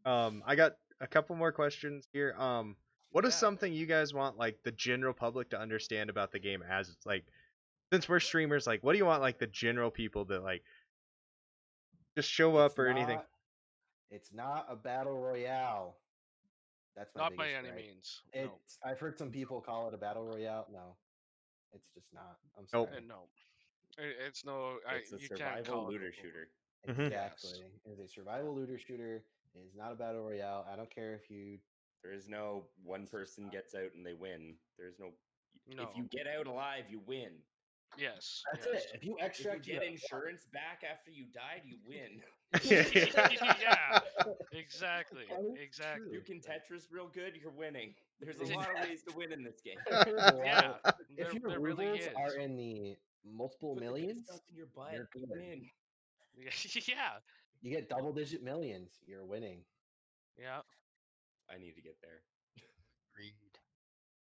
[SPEAKER 1] Um I got a couple more questions here. Um what is
[SPEAKER 4] Yeah.
[SPEAKER 1] something you guys want like the general public to understand about the game as it's like since we're streamers, like what do you want like the general people to like just show up
[SPEAKER 2] It's
[SPEAKER 1] or anything?
[SPEAKER 2] not- It's not a battle royale. That's my
[SPEAKER 4] Not by
[SPEAKER 2] biggest
[SPEAKER 4] any
[SPEAKER 2] gripe.
[SPEAKER 4] means.
[SPEAKER 2] It's
[SPEAKER 4] no.
[SPEAKER 2] I've heard some people call it a battle royale. No, it's just not. I'm
[SPEAKER 1] Nope.
[SPEAKER 2] sorry.
[SPEAKER 4] Uh, no, I- it's no. I,
[SPEAKER 5] It's a
[SPEAKER 4] you can't
[SPEAKER 5] survival
[SPEAKER 4] call it
[SPEAKER 5] looter
[SPEAKER 4] Google.
[SPEAKER 5] shooter.
[SPEAKER 1] Mhm.
[SPEAKER 4] Yes.
[SPEAKER 2] Exactly. It's a survival looter shooter. It's not a battle royale. I don't care if you
[SPEAKER 5] There is no one person gets out and they win. There's no
[SPEAKER 4] No.
[SPEAKER 5] If you get out alive, you win.
[SPEAKER 4] yes.
[SPEAKER 2] That's
[SPEAKER 4] yes.
[SPEAKER 2] it. If you
[SPEAKER 5] If you
[SPEAKER 2] extract
[SPEAKER 5] get
[SPEAKER 2] your-
[SPEAKER 5] insurance back after you died, you win.
[SPEAKER 4] yeah, exactly.
[SPEAKER 2] That is
[SPEAKER 4] Exactly.
[SPEAKER 5] You can Tetris real good, you're winning. There's a
[SPEAKER 4] Yeah.
[SPEAKER 5] lot of ways to win in this game.
[SPEAKER 4] Yeah. There,
[SPEAKER 2] if your
[SPEAKER 4] there really
[SPEAKER 2] rewards
[SPEAKER 4] is.
[SPEAKER 2] are in the multiple
[SPEAKER 5] Put the good
[SPEAKER 2] millions,
[SPEAKER 5] stuff in your butt,
[SPEAKER 2] you're
[SPEAKER 5] you
[SPEAKER 2] good.
[SPEAKER 5] win.
[SPEAKER 4] yeah.
[SPEAKER 2] you get double digit millions. You're winning.
[SPEAKER 4] Yeah.
[SPEAKER 5] I need to get there.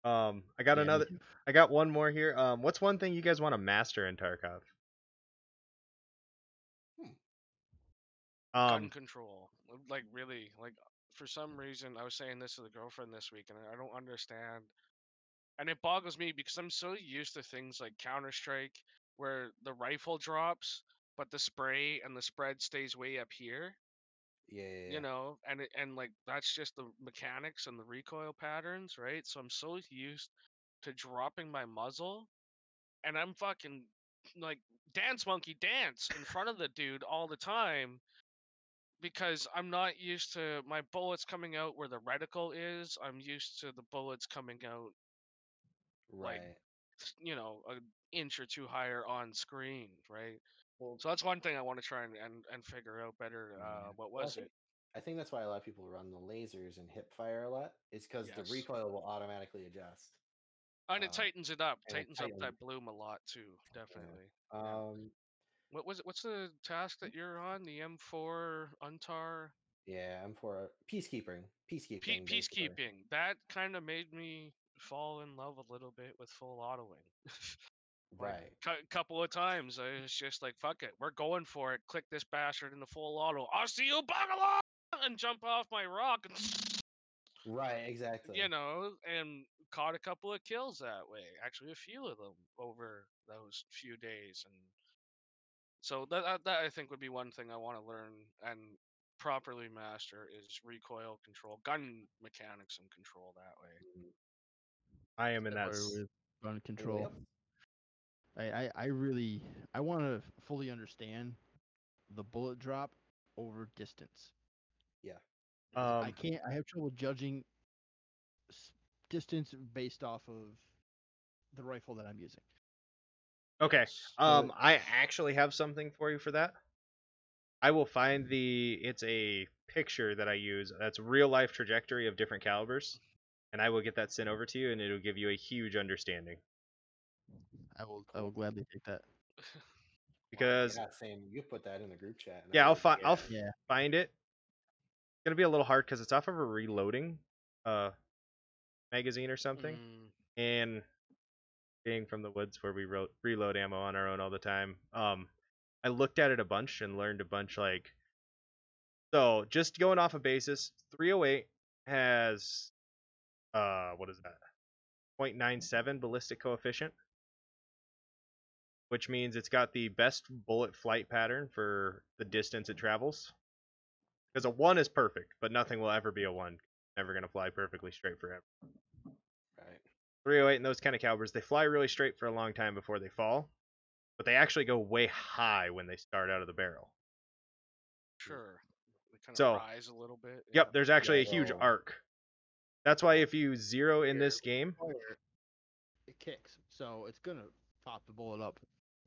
[SPEAKER 1] Um, I got
[SPEAKER 3] Yeah, me
[SPEAKER 1] another.
[SPEAKER 3] too.
[SPEAKER 1] I got one more here. Um, what's one thing you guys want to master in Tarkov?
[SPEAKER 3] Hmm.
[SPEAKER 4] gun
[SPEAKER 1] Um,
[SPEAKER 4] control. uh, Like really, like for some reason, I was saying this to the girlfriend this week, and I- I don't understand. And it boggles me because I'm so used to things like Counter Strike, where the rifle drops, but the spray and the spread stays way up here.
[SPEAKER 2] Yeah, yeah, yeah.
[SPEAKER 4] You know, and it, and like that's just the mechanics and the recoil patterns, right? So I'm so used to dropping my muzzle, and I'm fucking like dance monkey dance in front of the dude all the time because I'm not used to my bullets coming out where the reticle is. I'm used to the bullets coming out,
[SPEAKER 2] right.
[SPEAKER 4] like, s- you know, an inch or two higher on screen, right?
[SPEAKER 2] Well, Oh,
[SPEAKER 4] So that's one thing I want to try and, and, and figure out better.
[SPEAKER 2] Yeah.
[SPEAKER 4] Uh, what
[SPEAKER 2] Well, I
[SPEAKER 4] was
[SPEAKER 2] think-
[SPEAKER 4] it?
[SPEAKER 2] I think that's why a lot of people run the lasers and hip fire a lot. Is because
[SPEAKER 4] Yes.
[SPEAKER 2] the recoil will automatically adjust.
[SPEAKER 4] And
[SPEAKER 2] uh,
[SPEAKER 4] it tightens it up.
[SPEAKER 2] and it
[SPEAKER 4] Tightens up that
[SPEAKER 2] tightens.
[SPEAKER 4] bloom a lot too, definitely.
[SPEAKER 2] Um,
[SPEAKER 4] What was it? What's the task that you're on? The M4 Untar
[SPEAKER 2] yeah, I'm for peacekeeping. Peacekeeping.
[SPEAKER 4] Pe-
[SPEAKER 2] basically.
[SPEAKER 4] peacekeeping. That kind of made me fall in love a little bit with full autoing. Like,
[SPEAKER 2] Right.
[SPEAKER 4] cou- couple of times, I was just like, "Fuck it, we're going for it." Click this bastard into full auto. I'll see you, bungalow, and jump off my rock, and
[SPEAKER 2] Right. Exactly.
[SPEAKER 4] you know, and caught a couple of kills that way. Actually, a few of them over those few days, and so that that, that I think would be one thing I want to learn and properly master is recoil control, gun mechanics, and control that way.
[SPEAKER 1] I am in
[SPEAKER 3] Or
[SPEAKER 1] that. s-
[SPEAKER 3] with gun
[SPEAKER 2] Anybody
[SPEAKER 3] control.
[SPEAKER 2] else?
[SPEAKER 3] I, I, I really I want to fully understand the bullet drop over distance. I
[SPEAKER 1] Um,
[SPEAKER 3] can't. I have trouble judging s- distance based off of the rifle that I'm using.
[SPEAKER 1] okay.
[SPEAKER 4] Yes.
[SPEAKER 1] Um, I actually have something for you for that. I will find the. It's a picture that I use. That's real life trajectory of different calibers, and I will get that sent over to you, and it'll give you a huge understanding.
[SPEAKER 3] Oh, I will. I will gladly take that.
[SPEAKER 1] Because
[SPEAKER 2] You're not saying you put that in the group chat. and I
[SPEAKER 1] Yeah, I'll
[SPEAKER 2] wouldn't
[SPEAKER 1] fi-
[SPEAKER 2] get
[SPEAKER 1] I'll
[SPEAKER 2] it.
[SPEAKER 1] f-
[SPEAKER 3] Yeah.
[SPEAKER 1] find it. It's gonna be a little hard because it's off of a reloading, uh, magazine or something,
[SPEAKER 4] Mm,
[SPEAKER 1] and being from the woods where we wrote reload ammo on our own all the time, um, I looked at it a bunch and learned a bunch. Like, so just going off a basis, 308 has, uh, what is that? 0.97 ballistic coefficient. Which means it's got the best bullet flight pattern for the distance it travels. Because a one is perfect, but nothing will ever be a one. Never gonna fly perfectly straight forever.
[SPEAKER 2] Right.
[SPEAKER 1] 308 and those kind of calibers, they fly really straight for a long time before they fall, but they actually go way high when they start out of the barrel.
[SPEAKER 4] sure. They kind of
[SPEAKER 1] So-
[SPEAKER 4] rise a little bit. yeah.
[SPEAKER 1] Yep, there's actually a huge
[SPEAKER 2] well-
[SPEAKER 1] arc. That's why if you zero in this game,
[SPEAKER 3] It kicks, so it's gonna pop the bullet up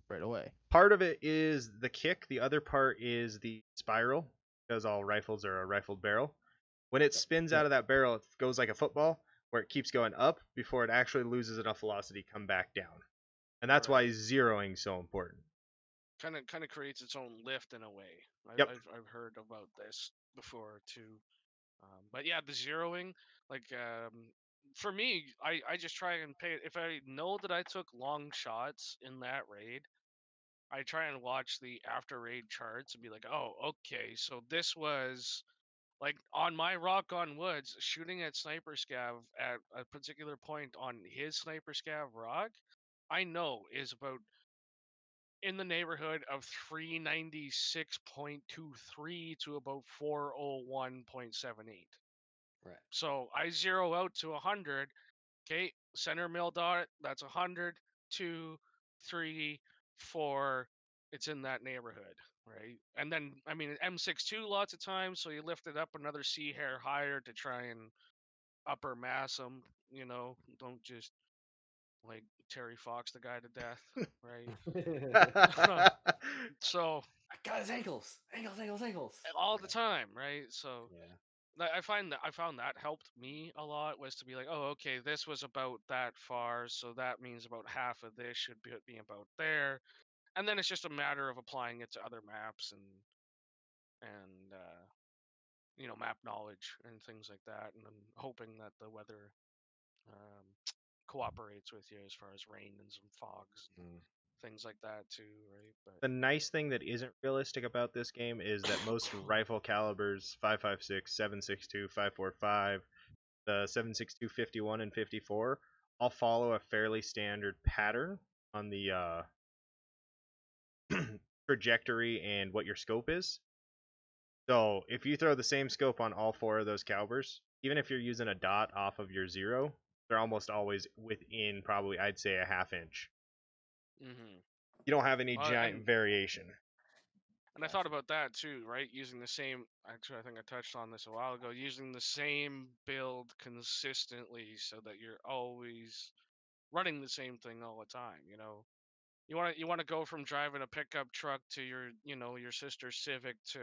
[SPEAKER 3] right away.
[SPEAKER 1] part of it is the kick, the other part is the spiral, because all rifles are a rifled barrel. When it spins out of that barrel, it goes like a football, where it keeps going up before it actually loses enough velocity, come back down. And that's why
[SPEAKER 4] Right.
[SPEAKER 1] zeroing is so important.
[SPEAKER 4] kind of kind of creates its own lift in a way. I,
[SPEAKER 1] Yep.
[SPEAKER 4] I've I've heard about this before too, um, but yeah, the zeroing like um, for me, I I just try and pay. If I know that I took long shots in that raid, I try and watch the after raid charts and be like, oh, okay, so this was. Like on my rock on woods, shooting at sniper scav at a particular point on his sniper scav rock, I know is about in the neighborhood of 396.23 to about 401.78.
[SPEAKER 2] Right.
[SPEAKER 4] So I zero out to 100. Okay, center mill dot, that's 100, 2, 3, 4. It's in that neighborhood, right? And then, I mean, M62 lots of times, so you lift it up another C hair higher to try and upper mass them, you know, don't just like Terry Fox, the guy to death, right?
[SPEAKER 1] I
[SPEAKER 4] So
[SPEAKER 2] got his ankles, ankles, ankles, ankles.
[SPEAKER 4] all the time, right? So
[SPEAKER 2] Yeah.
[SPEAKER 4] like, I find that I found that helped me a lot was to be like, oh, okay, this was about that far, so that means about half of this should be, be about there, and then it's just a matter of applying it to other maps and and uh, you know map knowledge and things like that, and I'm hoping that the weather um, cooperates with you as far as rain and some fogs and
[SPEAKER 2] Mm.
[SPEAKER 4] things like that too, right? But
[SPEAKER 1] the nice thing that isn't realistic about this game is that most rifle calibers 556 762 545 the 762 51 and 54 all follow a fairly standard pattern on the uh, trajectory and what your scope is so if you throw the same scope on all four of those calibers even if you're using a dot off of your zero they're almost always within probably i'd say a half inch
[SPEAKER 4] hmm
[SPEAKER 1] you don't have any
[SPEAKER 4] Well,
[SPEAKER 1] giant
[SPEAKER 4] and-
[SPEAKER 1] variation
[SPEAKER 4] And I thought about that too, right? Using the same, actually, I think I touched on this a while ago, using the same build consistently so that you're always running the same thing all the time, you know? You want to you want to go from driving a pickup truck to your you know your sister Civic to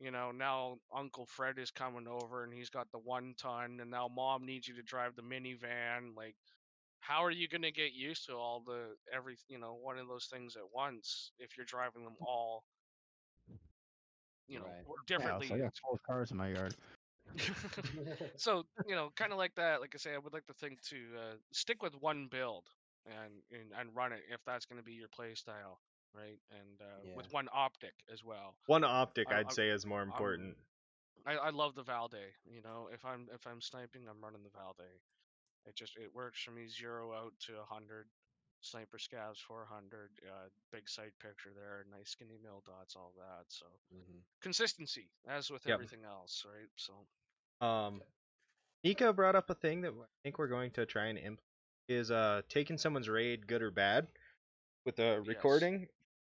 [SPEAKER 4] you know now Uncle Fred is coming over and he's got the one ton and now Mom needs you to drive the minivan like how are you going to get used to all the every you know one of those things at once if you're driving them all you know
[SPEAKER 2] Right.
[SPEAKER 4] or
[SPEAKER 3] Yeah,
[SPEAKER 4] differently
[SPEAKER 3] so I got four cars in my yard.
[SPEAKER 2] Mm-hmm.
[SPEAKER 4] so you know kind of like that like i say i would like to think to uh, stick with one build and, and and run it if that's going to be your play style right and uh, with
[SPEAKER 2] Yeah.
[SPEAKER 4] one optic as well
[SPEAKER 1] One optic,
[SPEAKER 4] I-
[SPEAKER 1] I'd
[SPEAKER 4] I-
[SPEAKER 1] say, is more important.
[SPEAKER 4] I, I love the Valde. You know, if I'm if I'm sniping, I'm running the Valde. It just it works for me zero out to a hundred. Sniper scavs 400, uh, big sight picture there, nice skinny mill dots, all that. So
[SPEAKER 2] Mhm.
[SPEAKER 4] consistency, as with
[SPEAKER 1] Yep.
[SPEAKER 4] everything else, right? So
[SPEAKER 1] Um, Nika brought up a thing that I think we're going to try and implement is uh taking someone's raid, good or bad, with a
[SPEAKER 4] Yes.
[SPEAKER 1] recording,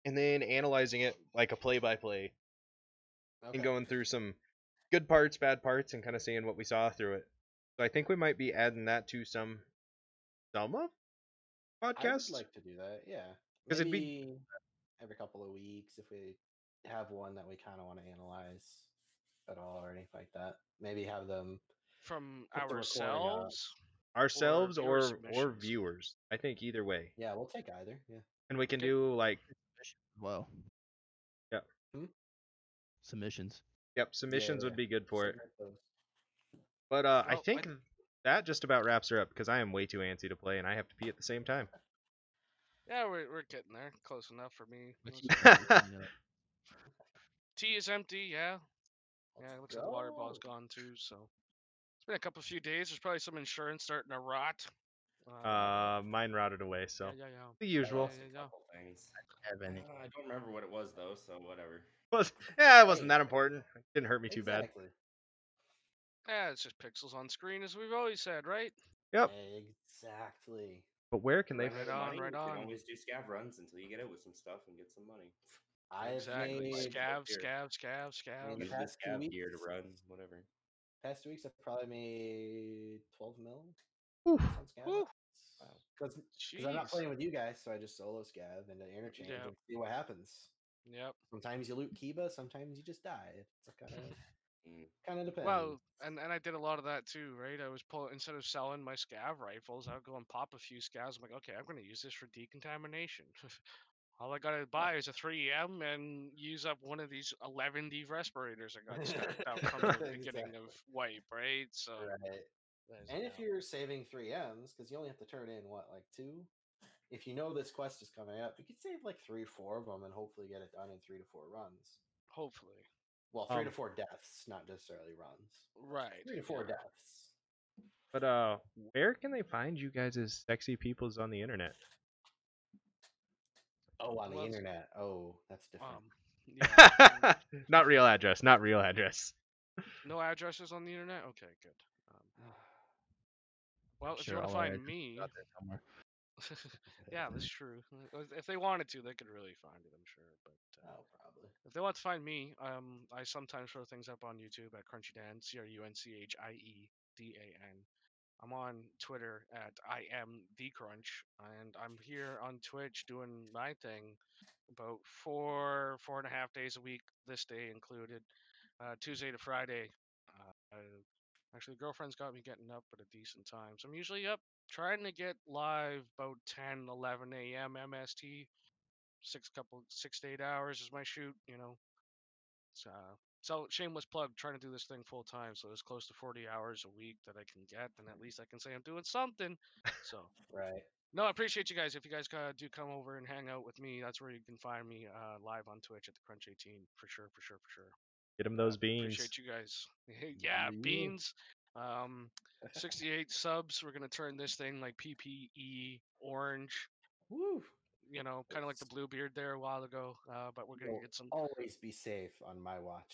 [SPEAKER 1] and then analyzing it like a play-by-play
[SPEAKER 2] Okay.
[SPEAKER 1] and going through some good parts, bad parts, and kind of seeing what we saw through it. So I think we might be adding that to some some of
[SPEAKER 2] I would
[SPEAKER 1] podcasts.
[SPEAKER 2] like to do that, yeah.
[SPEAKER 1] 'Cause it'd be-
[SPEAKER 2] Maybe every couple of weeks if we have one that we kind of want to analyze at all or anything like that. Maybe have them.
[SPEAKER 4] from
[SPEAKER 2] Put the recording up.
[SPEAKER 4] ourselves,
[SPEAKER 1] Ourselves
[SPEAKER 4] viewer
[SPEAKER 1] or or
[SPEAKER 4] submissions.
[SPEAKER 1] viewers. I think either way.
[SPEAKER 2] Yeah, we'll take either. Yeah.
[SPEAKER 1] And we can
[SPEAKER 4] Okay.
[SPEAKER 1] do like
[SPEAKER 3] Well.
[SPEAKER 1] Yeah.
[SPEAKER 2] Hmm?
[SPEAKER 3] Submissions.
[SPEAKER 1] yep, submissions
[SPEAKER 2] yeah.
[SPEAKER 1] would be good for it.
[SPEAKER 2] Submit those.
[SPEAKER 1] But uh, I
[SPEAKER 4] Well, I
[SPEAKER 1] think
[SPEAKER 4] th-
[SPEAKER 1] that just about wraps her up because I am way too antsy to play and I have to pee at the same time.
[SPEAKER 4] yeah, we're, we're getting there, close enough for me.
[SPEAKER 3] Let's
[SPEAKER 4] Let's-
[SPEAKER 3] keep it going, you know.
[SPEAKER 4] Tea is empty, yeah, yeah.
[SPEAKER 2] Let's
[SPEAKER 4] It looks like the water bottle's
[SPEAKER 2] go.
[SPEAKER 4] gone too. So it's been a couple few days. There's probably some insurance starting to rot. Uh-huh.
[SPEAKER 1] Uh, mine rotted away, so
[SPEAKER 4] yeah, yeah, yeah.
[SPEAKER 1] the
[SPEAKER 2] I
[SPEAKER 1] usual.
[SPEAKER 2] lost a
[SPEAKER 4] Yeah, yeah.
[SPEAKER 2] couple
[SPEAKER 5] Things.
[SPEAKER 3] Have any.
[SPEAKER 5] Uh, I don't remember what it was though, so whatever.
[SPEAKER 1] Was yeah, it wasn't
[SPEAKER 2] Hey.
[SPEAKER 1] that important. It didn't hurt me too bad.
[SPEAKER 2] Exactly.
[SPEAKER 4] Yeah, it's just pixels on screen, as we've always said, right?
[SPEAKER 1] Yep.
[SPEAKER 2] Exactly.
[SPEAKER 1] But where can they?
[SPEAKER 4] Right
[SPEAKER 5] Running
[SPEAKER 4] on,
[SPEAKER 5] money,
[SPEAKER 4] right
[SPEAKER 5] you can
[SPEAKER 4] on.
[SPEAKER 5] Always do scav runs until you get out with some stuff and get some money.
[SPEAKER 2] I've
[SPEAKER 4] exactly.
[SPEAKER 2] made
[SPEAKER 4] Scav,
[SPEAKER 5] Here.
[SPEAKER 4] scav, scav, scav.
[SPEAKER 2] In the
[SPEAKER 5] Use
[SPEAKER 2] past two
[SPEAKER 5] the scab gear to
[SPEAKER 2] weeks-
[SPEAKER 5] run, whatever.
[SPEAKER 2] past two weeks. I've probably made twelve mil.
[SPEAKER 1] Oof.
[SPEAKER 4] Woo.
[SPEAKER 2] Because
[SPEAKER 4] Jeez.
[SPEAKER 2] I'm not playing with you guys, so I just solo scav and then interchange
[SPEAKER 4] Yeah.
[SPEAKER 2] and see what happens.
[SPEAKER 4] Yep.
[SPEAKER 2] Sometimes you loot Kiba, sometimes you just die. It's kind of
[SPEAKER 5] Mm.
[SPEAKER 2] kind of depends.
[SPEAKER 4] Well, and, and I did a lot of that too, right? I was pulling instead of selling my scav rifles, I would go and pop a few scavs. I'm like, okay, I'm going to use this for decontamination. All I gotta buy is a 3M and use up one of these 11 D respirators I got stacked up from the beginning
[SPEAKER 2] Exactly.
[SPEAKER 4] of wipe, right? So,
[SPEAKER 2] right.
[SPEAKER 4] there's
[SPEAKER 2] And if
[SPEAKER 4] that.
[SPEAKER 2] you're saving three M's, because you only have to turn in what like two. If you know this quest is coming up, you could save like three or four of them and hopefully get it done in three to four runs.
[SPEAKER 4] hopefully,
[SPEAKER 2] Well, three to
[SPEAKER 1] Um,
[SPEAKER 2] four deaths, not necessarily runs.
[SPEAKER 4] right?
[SPEAKER 2] Three to four
[SPEAKER 4] yeah.
[SPEAKER 2] deaths.
[SPEAKER 1] But uh, where can they find you guys as sexy peoples on the internet?
[SPEAKER 2] Oh, on the
[SPEAKER 4] Well, it's-
[SPEAKER 2] internet. Oh, that's different.
[SPEAKER 4] Um, yeah, um,
[SPEAKER 1] not real address. Not real address.
[SPEAKER 4] no addresses on the internet. Okay, good. Um, well, if
[SPEAKER 3] Sure,
[SPEAKER 4] you want
[SPEAKER 3] I'll
[SPEAKER 4] to
[SPEAKER 3] alright,
[SPEAKER 4] find me,
[SPEAKER 3] Out there somewhere.
[SPEAKER 4] yeah, that's true. Uh, If they wanted to, they could really find it. I'm sure, but. Uh,
[SPEAKER 2] oh, probably.
[SPEAKER 4] If they want to find me, um, I sometimes throw things up on YouTube at Crunchy Dan, C R U N C H I E D A N. I'm on Twitter at I am the Crunch, and I'm here on Twitch doing my thing about four four and a half days a week, this day included, uh, Tuesday to Friday. Uh, actually, girlfriend's got me getting up at a decent time, so I'm usually up trying to get live about 10, 11 a.m. MST. Six couple six to eight hours is my shoot, you know. So so shameless plug, trying to do this thing full time, so it's close to 40 hours a week that I can get, and at least I can say I'm doing something. So
[SPEAKER 2] Right.
[SPEAKER 4] no, I appreciate you guys. If you guys uh, do come over and hang out with me, that's where you can find me uh, live on Twitch at the Crunch 18 for sure, for sure, for sure.
[SPEAKER 1] Get him those beans.
[SPEAKER 4] Appreciate you guys. yeah,
[SPEAKER 3] Yeah.
[SPEAKER 4] beans. Um, 68 subs. We're gonna turn this thing like PPE orange.
[SPEAKER 2] Woo.
[SPEAKER 4] You know, kind of like the
[SPEAKER 2] Yes.
[SPEAKER 4] blue beard there a while ago. Uh, but we're gonna
[SPEAKER 2] Well, um
[SPEAKER 4] get some
[SPEAKER 2] Always be safe on my watch.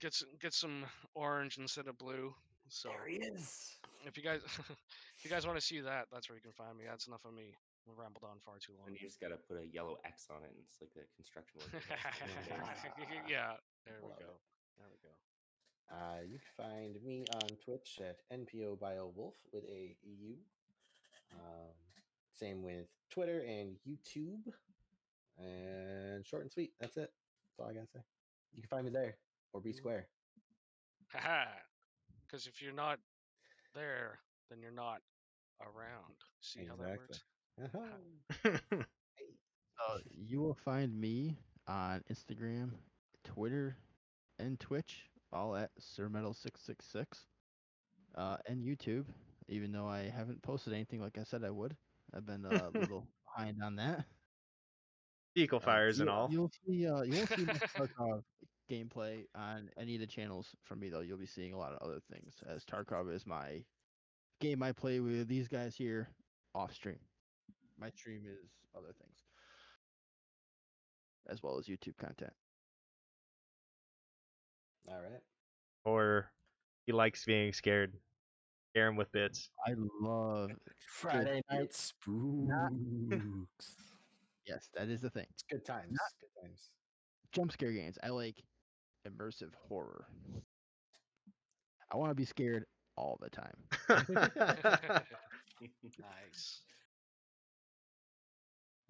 [SPEAKER 4] get some get some orange instead of blue. So
[SPEAKER 2] there he is.
[SPEAKER 4] if you guys if you guys want to see that, that's where you can find me. That's enough of me. We rambled on far too long.
[SPEAKER 5] And you just gotta put a yellow X on it, and it's like a construction worker. It's like,
[SPEAKER 2] Ah,
[SPEAKER 4] yeah, there we
[SPEAKER 2] love it.
[SPEAKER 4] go. There we go.
[SPEAKER 2] Uh, you can find me on Twitch at NPO BioWolf with a EU. Um, same with Twitter and YouTube. And short and sweet. That's it. That's all I gotta say. You can find me there or be square.
[SPEAKER 4] Haha. Because if you're not there, then you're not around. See how that
[SPEAKER 2] Exactly.
[SPEAKER 4] works?
[SPEAKER 2] Uh-huh.
[SPEAKER 3] Uh, you will find me on Instagram, Twitter, and Twitch, all at SirMetal666, uh, and YouTube. Even though I haven't posted anything like I said I would, I've been uh, a little behind on that.
[SPEAKER 1] Eagle
[SPEAKER 2] Uh,
[SPEAKER 1] fires and
[SPEAKER 2] you-
[SPEAKER 1] all.
[SPEAKER 3] You'll see, uh, you won't see much Tarkov gameplay on any of the channels from me though. You'll be seeing a lot of other things, as Tarkov is my game I play with these guys here off stream. My stream is other things, as well as YouTube content.
[SPEAKER 2] all right.
[SPEAKER 1] Or he likes being scared. Scare him with bits.
[SPEAKER 3] I love.
[SPEAKER 2] Friday
[SPEAKER 3] Good.
[SPEAKER 2] night spooks.
[SPEAKER 3] Yes, that is the thing.
[SPEAKER 2] it's good times. Good times.
[SPEAKER 3] Jump scare games. I like immersive horror. I want to be scared all the time.
[SPEAKER 4] nice.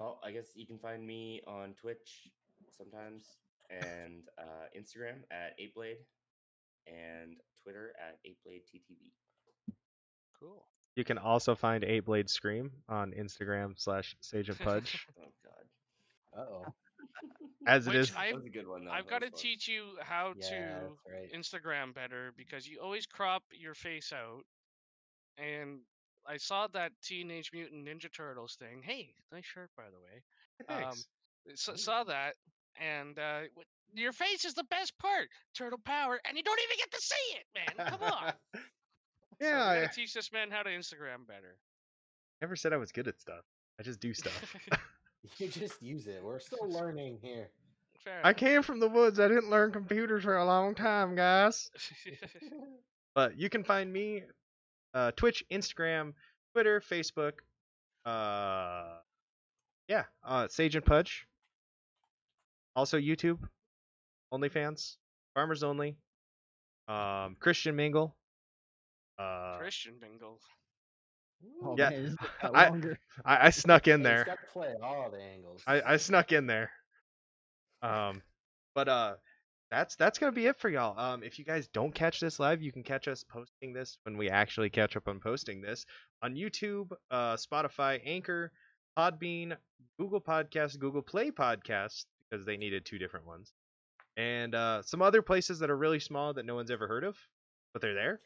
[SPEAKER 5] Well, I guess you can find me on Twitch sometimes and uh, Instagram at 8blade and Twitter at 8bladeTTV.
[SPEAKER 4] Cool.
[SPEAKER 1] you can also find Eight Blade Scream on Instagram slash Sage of Pudge.
[SPEAKER 5] Oh, God.
[SPEAKER 2] Uh oh.
[SPEAKER 1] As it
[SPEAKER 4] Which
[SPEAKER 1] is,
[SPEAKER 4] I've-
[SPEAKER 5] that was a good one, though.
[SPEAKER 4] I've
[SPEAKER 5] That
[SPEAKER 4] got to
[SPEAKER 5] was fun.
[SPEAKER 4] teach you how
[SPEAKER 2] Yeah,
[SPEAKER 4] to
[SPEAKER 2] that's right.
[SPEAKER 4] Instagram better because you always crop your face out. And I saw that Teenage Mutant Ninja Turtles thing. Hey, nice shirt, by the way.
[SPEAKER 1] thanks.
[SPEAKER 4] S- saw that, and uh, w- your face is the best part. Turtle power, and you don't even get to see it, man. um, Come on. So
[SPEAKER 1] yeah,
[SPEAKER 4] we
[SPEAKER 1] I
[SPEAKER 4] gotta teach this man how to Instagram better.
[SPEAKER 1] never said I was good at stuff. I just do stuff.
[SPEAKER 2] You just use it. We're still learning here.
[SPEAKER 4] Fair
[SPEAKER 1] I
[SPEAKER 4] enough.
[SPEAKER 1] came from the woods. I didn't learn computers for a long time, guys. But you can find me uh, Twitch, Instagram, Twitter, Facebook. Uh, yeah, uh, Sage and Pudge. Also YouTube, OnlyFans, Farmers Only, um, Christian Mingle. Uh,
[SPEAKER 4] Christian Bingle.
[SPEAKER 3] Oh
[SPEAKER 1] Yeah,
[SPEAKER 3] man, this is got
[SPEAKER 1] I-
[SPEAKER 3] longer.
[SPEAKER 1] I, I snuck in
[SPEAKER 2] Hey,
[SPEAKER 1] there.
[SPEAKER 2] he's got to play at all the angles.
[SPEAKER 1] I, I snuck in there. Um, but uh, that's that's gonna be it for y'all. Um, if you guys don't catch this live, you can catch us posting this when we actually catch up on posting this on YouTube, uh, Spotify, Anchor, Podbean, Google Podcasts, Google Play Podcasts because they needed two different ones, and uh, some other places that are really small that no one's ever heard of, but they're there.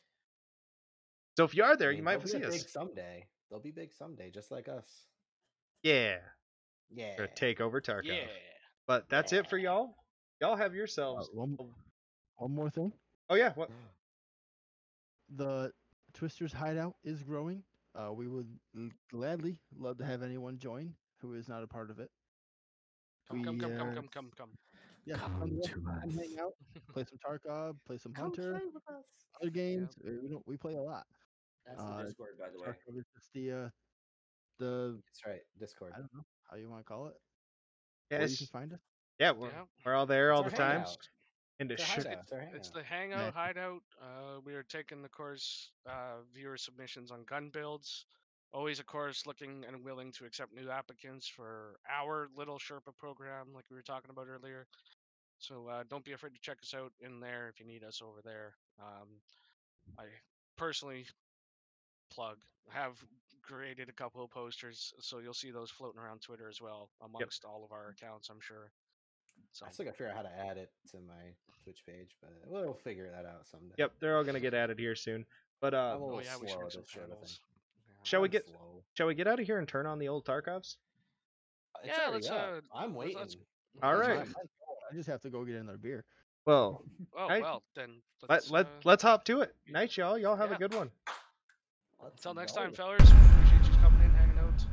[SPEAKER 1] So if you are there,
[SPEAKER 2] I
[SPEAKER 1] you
[SPEAKER 2] mean,
[SPEAKER 1] might
[SPEAKER 2] they'll
[SPEAKER 1] see
[SPEAKER 2] be
[SPEAKER 1] us.
[SPEAKER 2] Big someday. They'll be big someday, just like us.
[SPEAKER 1] Yeah,
[SPEAKER 2] Yeah.
[SPEAKER 1] or take over Tarkov.
[SPEAKER 4] Yeah.
[SPEAKER 1] But that's it for y'all. Y'all have yourselves.
[SPEAKER 3] Uh, one, one more thing.
[SPEAKER 1] Oh yeah, what?
[SPEAKER 3] the Twisters hideout is growing. Uh, we would l- gladly love to have anyone join who is not a part of it.
[SPEAKER 4] Come, come, come, come,
[SPEAKER 3] uh,
[SPEAKER 4] come, come, come.
[SPEAKER 3] Yeah, come, look, come hang out, play some Tarkov, play some Hunter, other games. uh, We don't we play a lot.
[SPEAKER 5] That's
[SPEAKER 3] Uh,
[SPEAKER 5] the Discord, by the way.
[SPEAKER 3] Tarkov is just the uh, the
[SPEAKER 2] That's right. Discord.
[SPEAKER 3] I don't know how you want to call it.
[SPEAKER 1] Yeah,
[SPEAKER 3] Where you
[SPEAKER 1] it's-
[SPEAKER 3] can find us.
[SPEAKER 1] yeah, we're,
[SPEAKER 4] Yeah. uh,
[SPEAKER 1] we're all there all the
[SPEAKER 2] It's our
[SPEAKER 1] time.
[SPEAKER 2] hangout.
[SPEAKER 1] into
[SPEAKER 2] It's a
[SPEAKER 1] sugar.
[SPEAKER 2] hideout, it's a
[SPEAKER 4] It's
[SPEAKER 2] hideout.
[SPEAKER 4] the Hangout
[SPEAKER 3] Nice.
[SPEAKER 4] Hideout. Uh, we are taking, of course, uh, viewer submissions on gun builds. Always, of course, looking and willing to accept new applicants for our little Sherpa program, like we were talking about earlier. So uh, don't be afraid to check us out in there if you need us over there. Um, I personally plug have created a couple of posters, so you'll see those floating around Twitter as well amongst all of our accounts, I'm sure. So
[SPEAKER 2] I still gotta figure out how to add it to my Twitch page, but we'll figure that out someday.
[SPEAKER 1] Yep, they're all gonna get added here soon. But uh,
[SPEAKER 2] I'm a
[SPEAKER 4] oh
[SPEAKER 2] little
[SPEAKER 4] yeah, we
[SPEAKER 2] slow
[SPEAKER 4] should
[SPEAKER 2] at
[SPEAKER 4] make some
[SPEAKER 2] this sort of thing.
[SPEAKER 4] panels. Yeah.
[SPEAKER 1] Shall we
[SPEAKER 2] I'm
[SPEAKER 1] get-
[SPEAKER 2] slow.
[SPEAKER 1] shall we get out of here and turn on the old Tarkovs?
[SPEAKER 2] It's
[SPEAKER 4] Yeah,
[SPEAKER 2] already
[SPEAKER 4] let's,
[SPEAKER 2] up.
[SPEAKER 4] uh,
[SPEAKER 2] I'm
[SPEAKER 4] let's-
[SPEAKER 2] waiting.
[SPEAKER 4] let's-
[SPEAKER 1] All
[SPEAKER 3] That's
[SPEAKER 1] right.
[SPEAKER 3] fine. I just have to go get another beer.
[SPEAKER 1] Well,
[SPEAKER 4] Oh
[SPEAKER 1] Right.
[SPEAKER 4] well, then.
[SPEAKER 1] let let
[SPEAKER 4] uh,
[SPEAKER 1] let's hop to it. Night, y'all. Y'all have
[SPEAKER 4] yeah.
[SPEAKER 1] a good one.
[SPEAKER 2] Let's
[SPEAKER 4] Until next
[SPEAKER 2] go.
[SPEAKER 4] time, fellas. Appreciate you coming in, hanging out.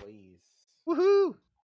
[SPEAKER 2] Please.
[SPEAKER 1] Woohoo!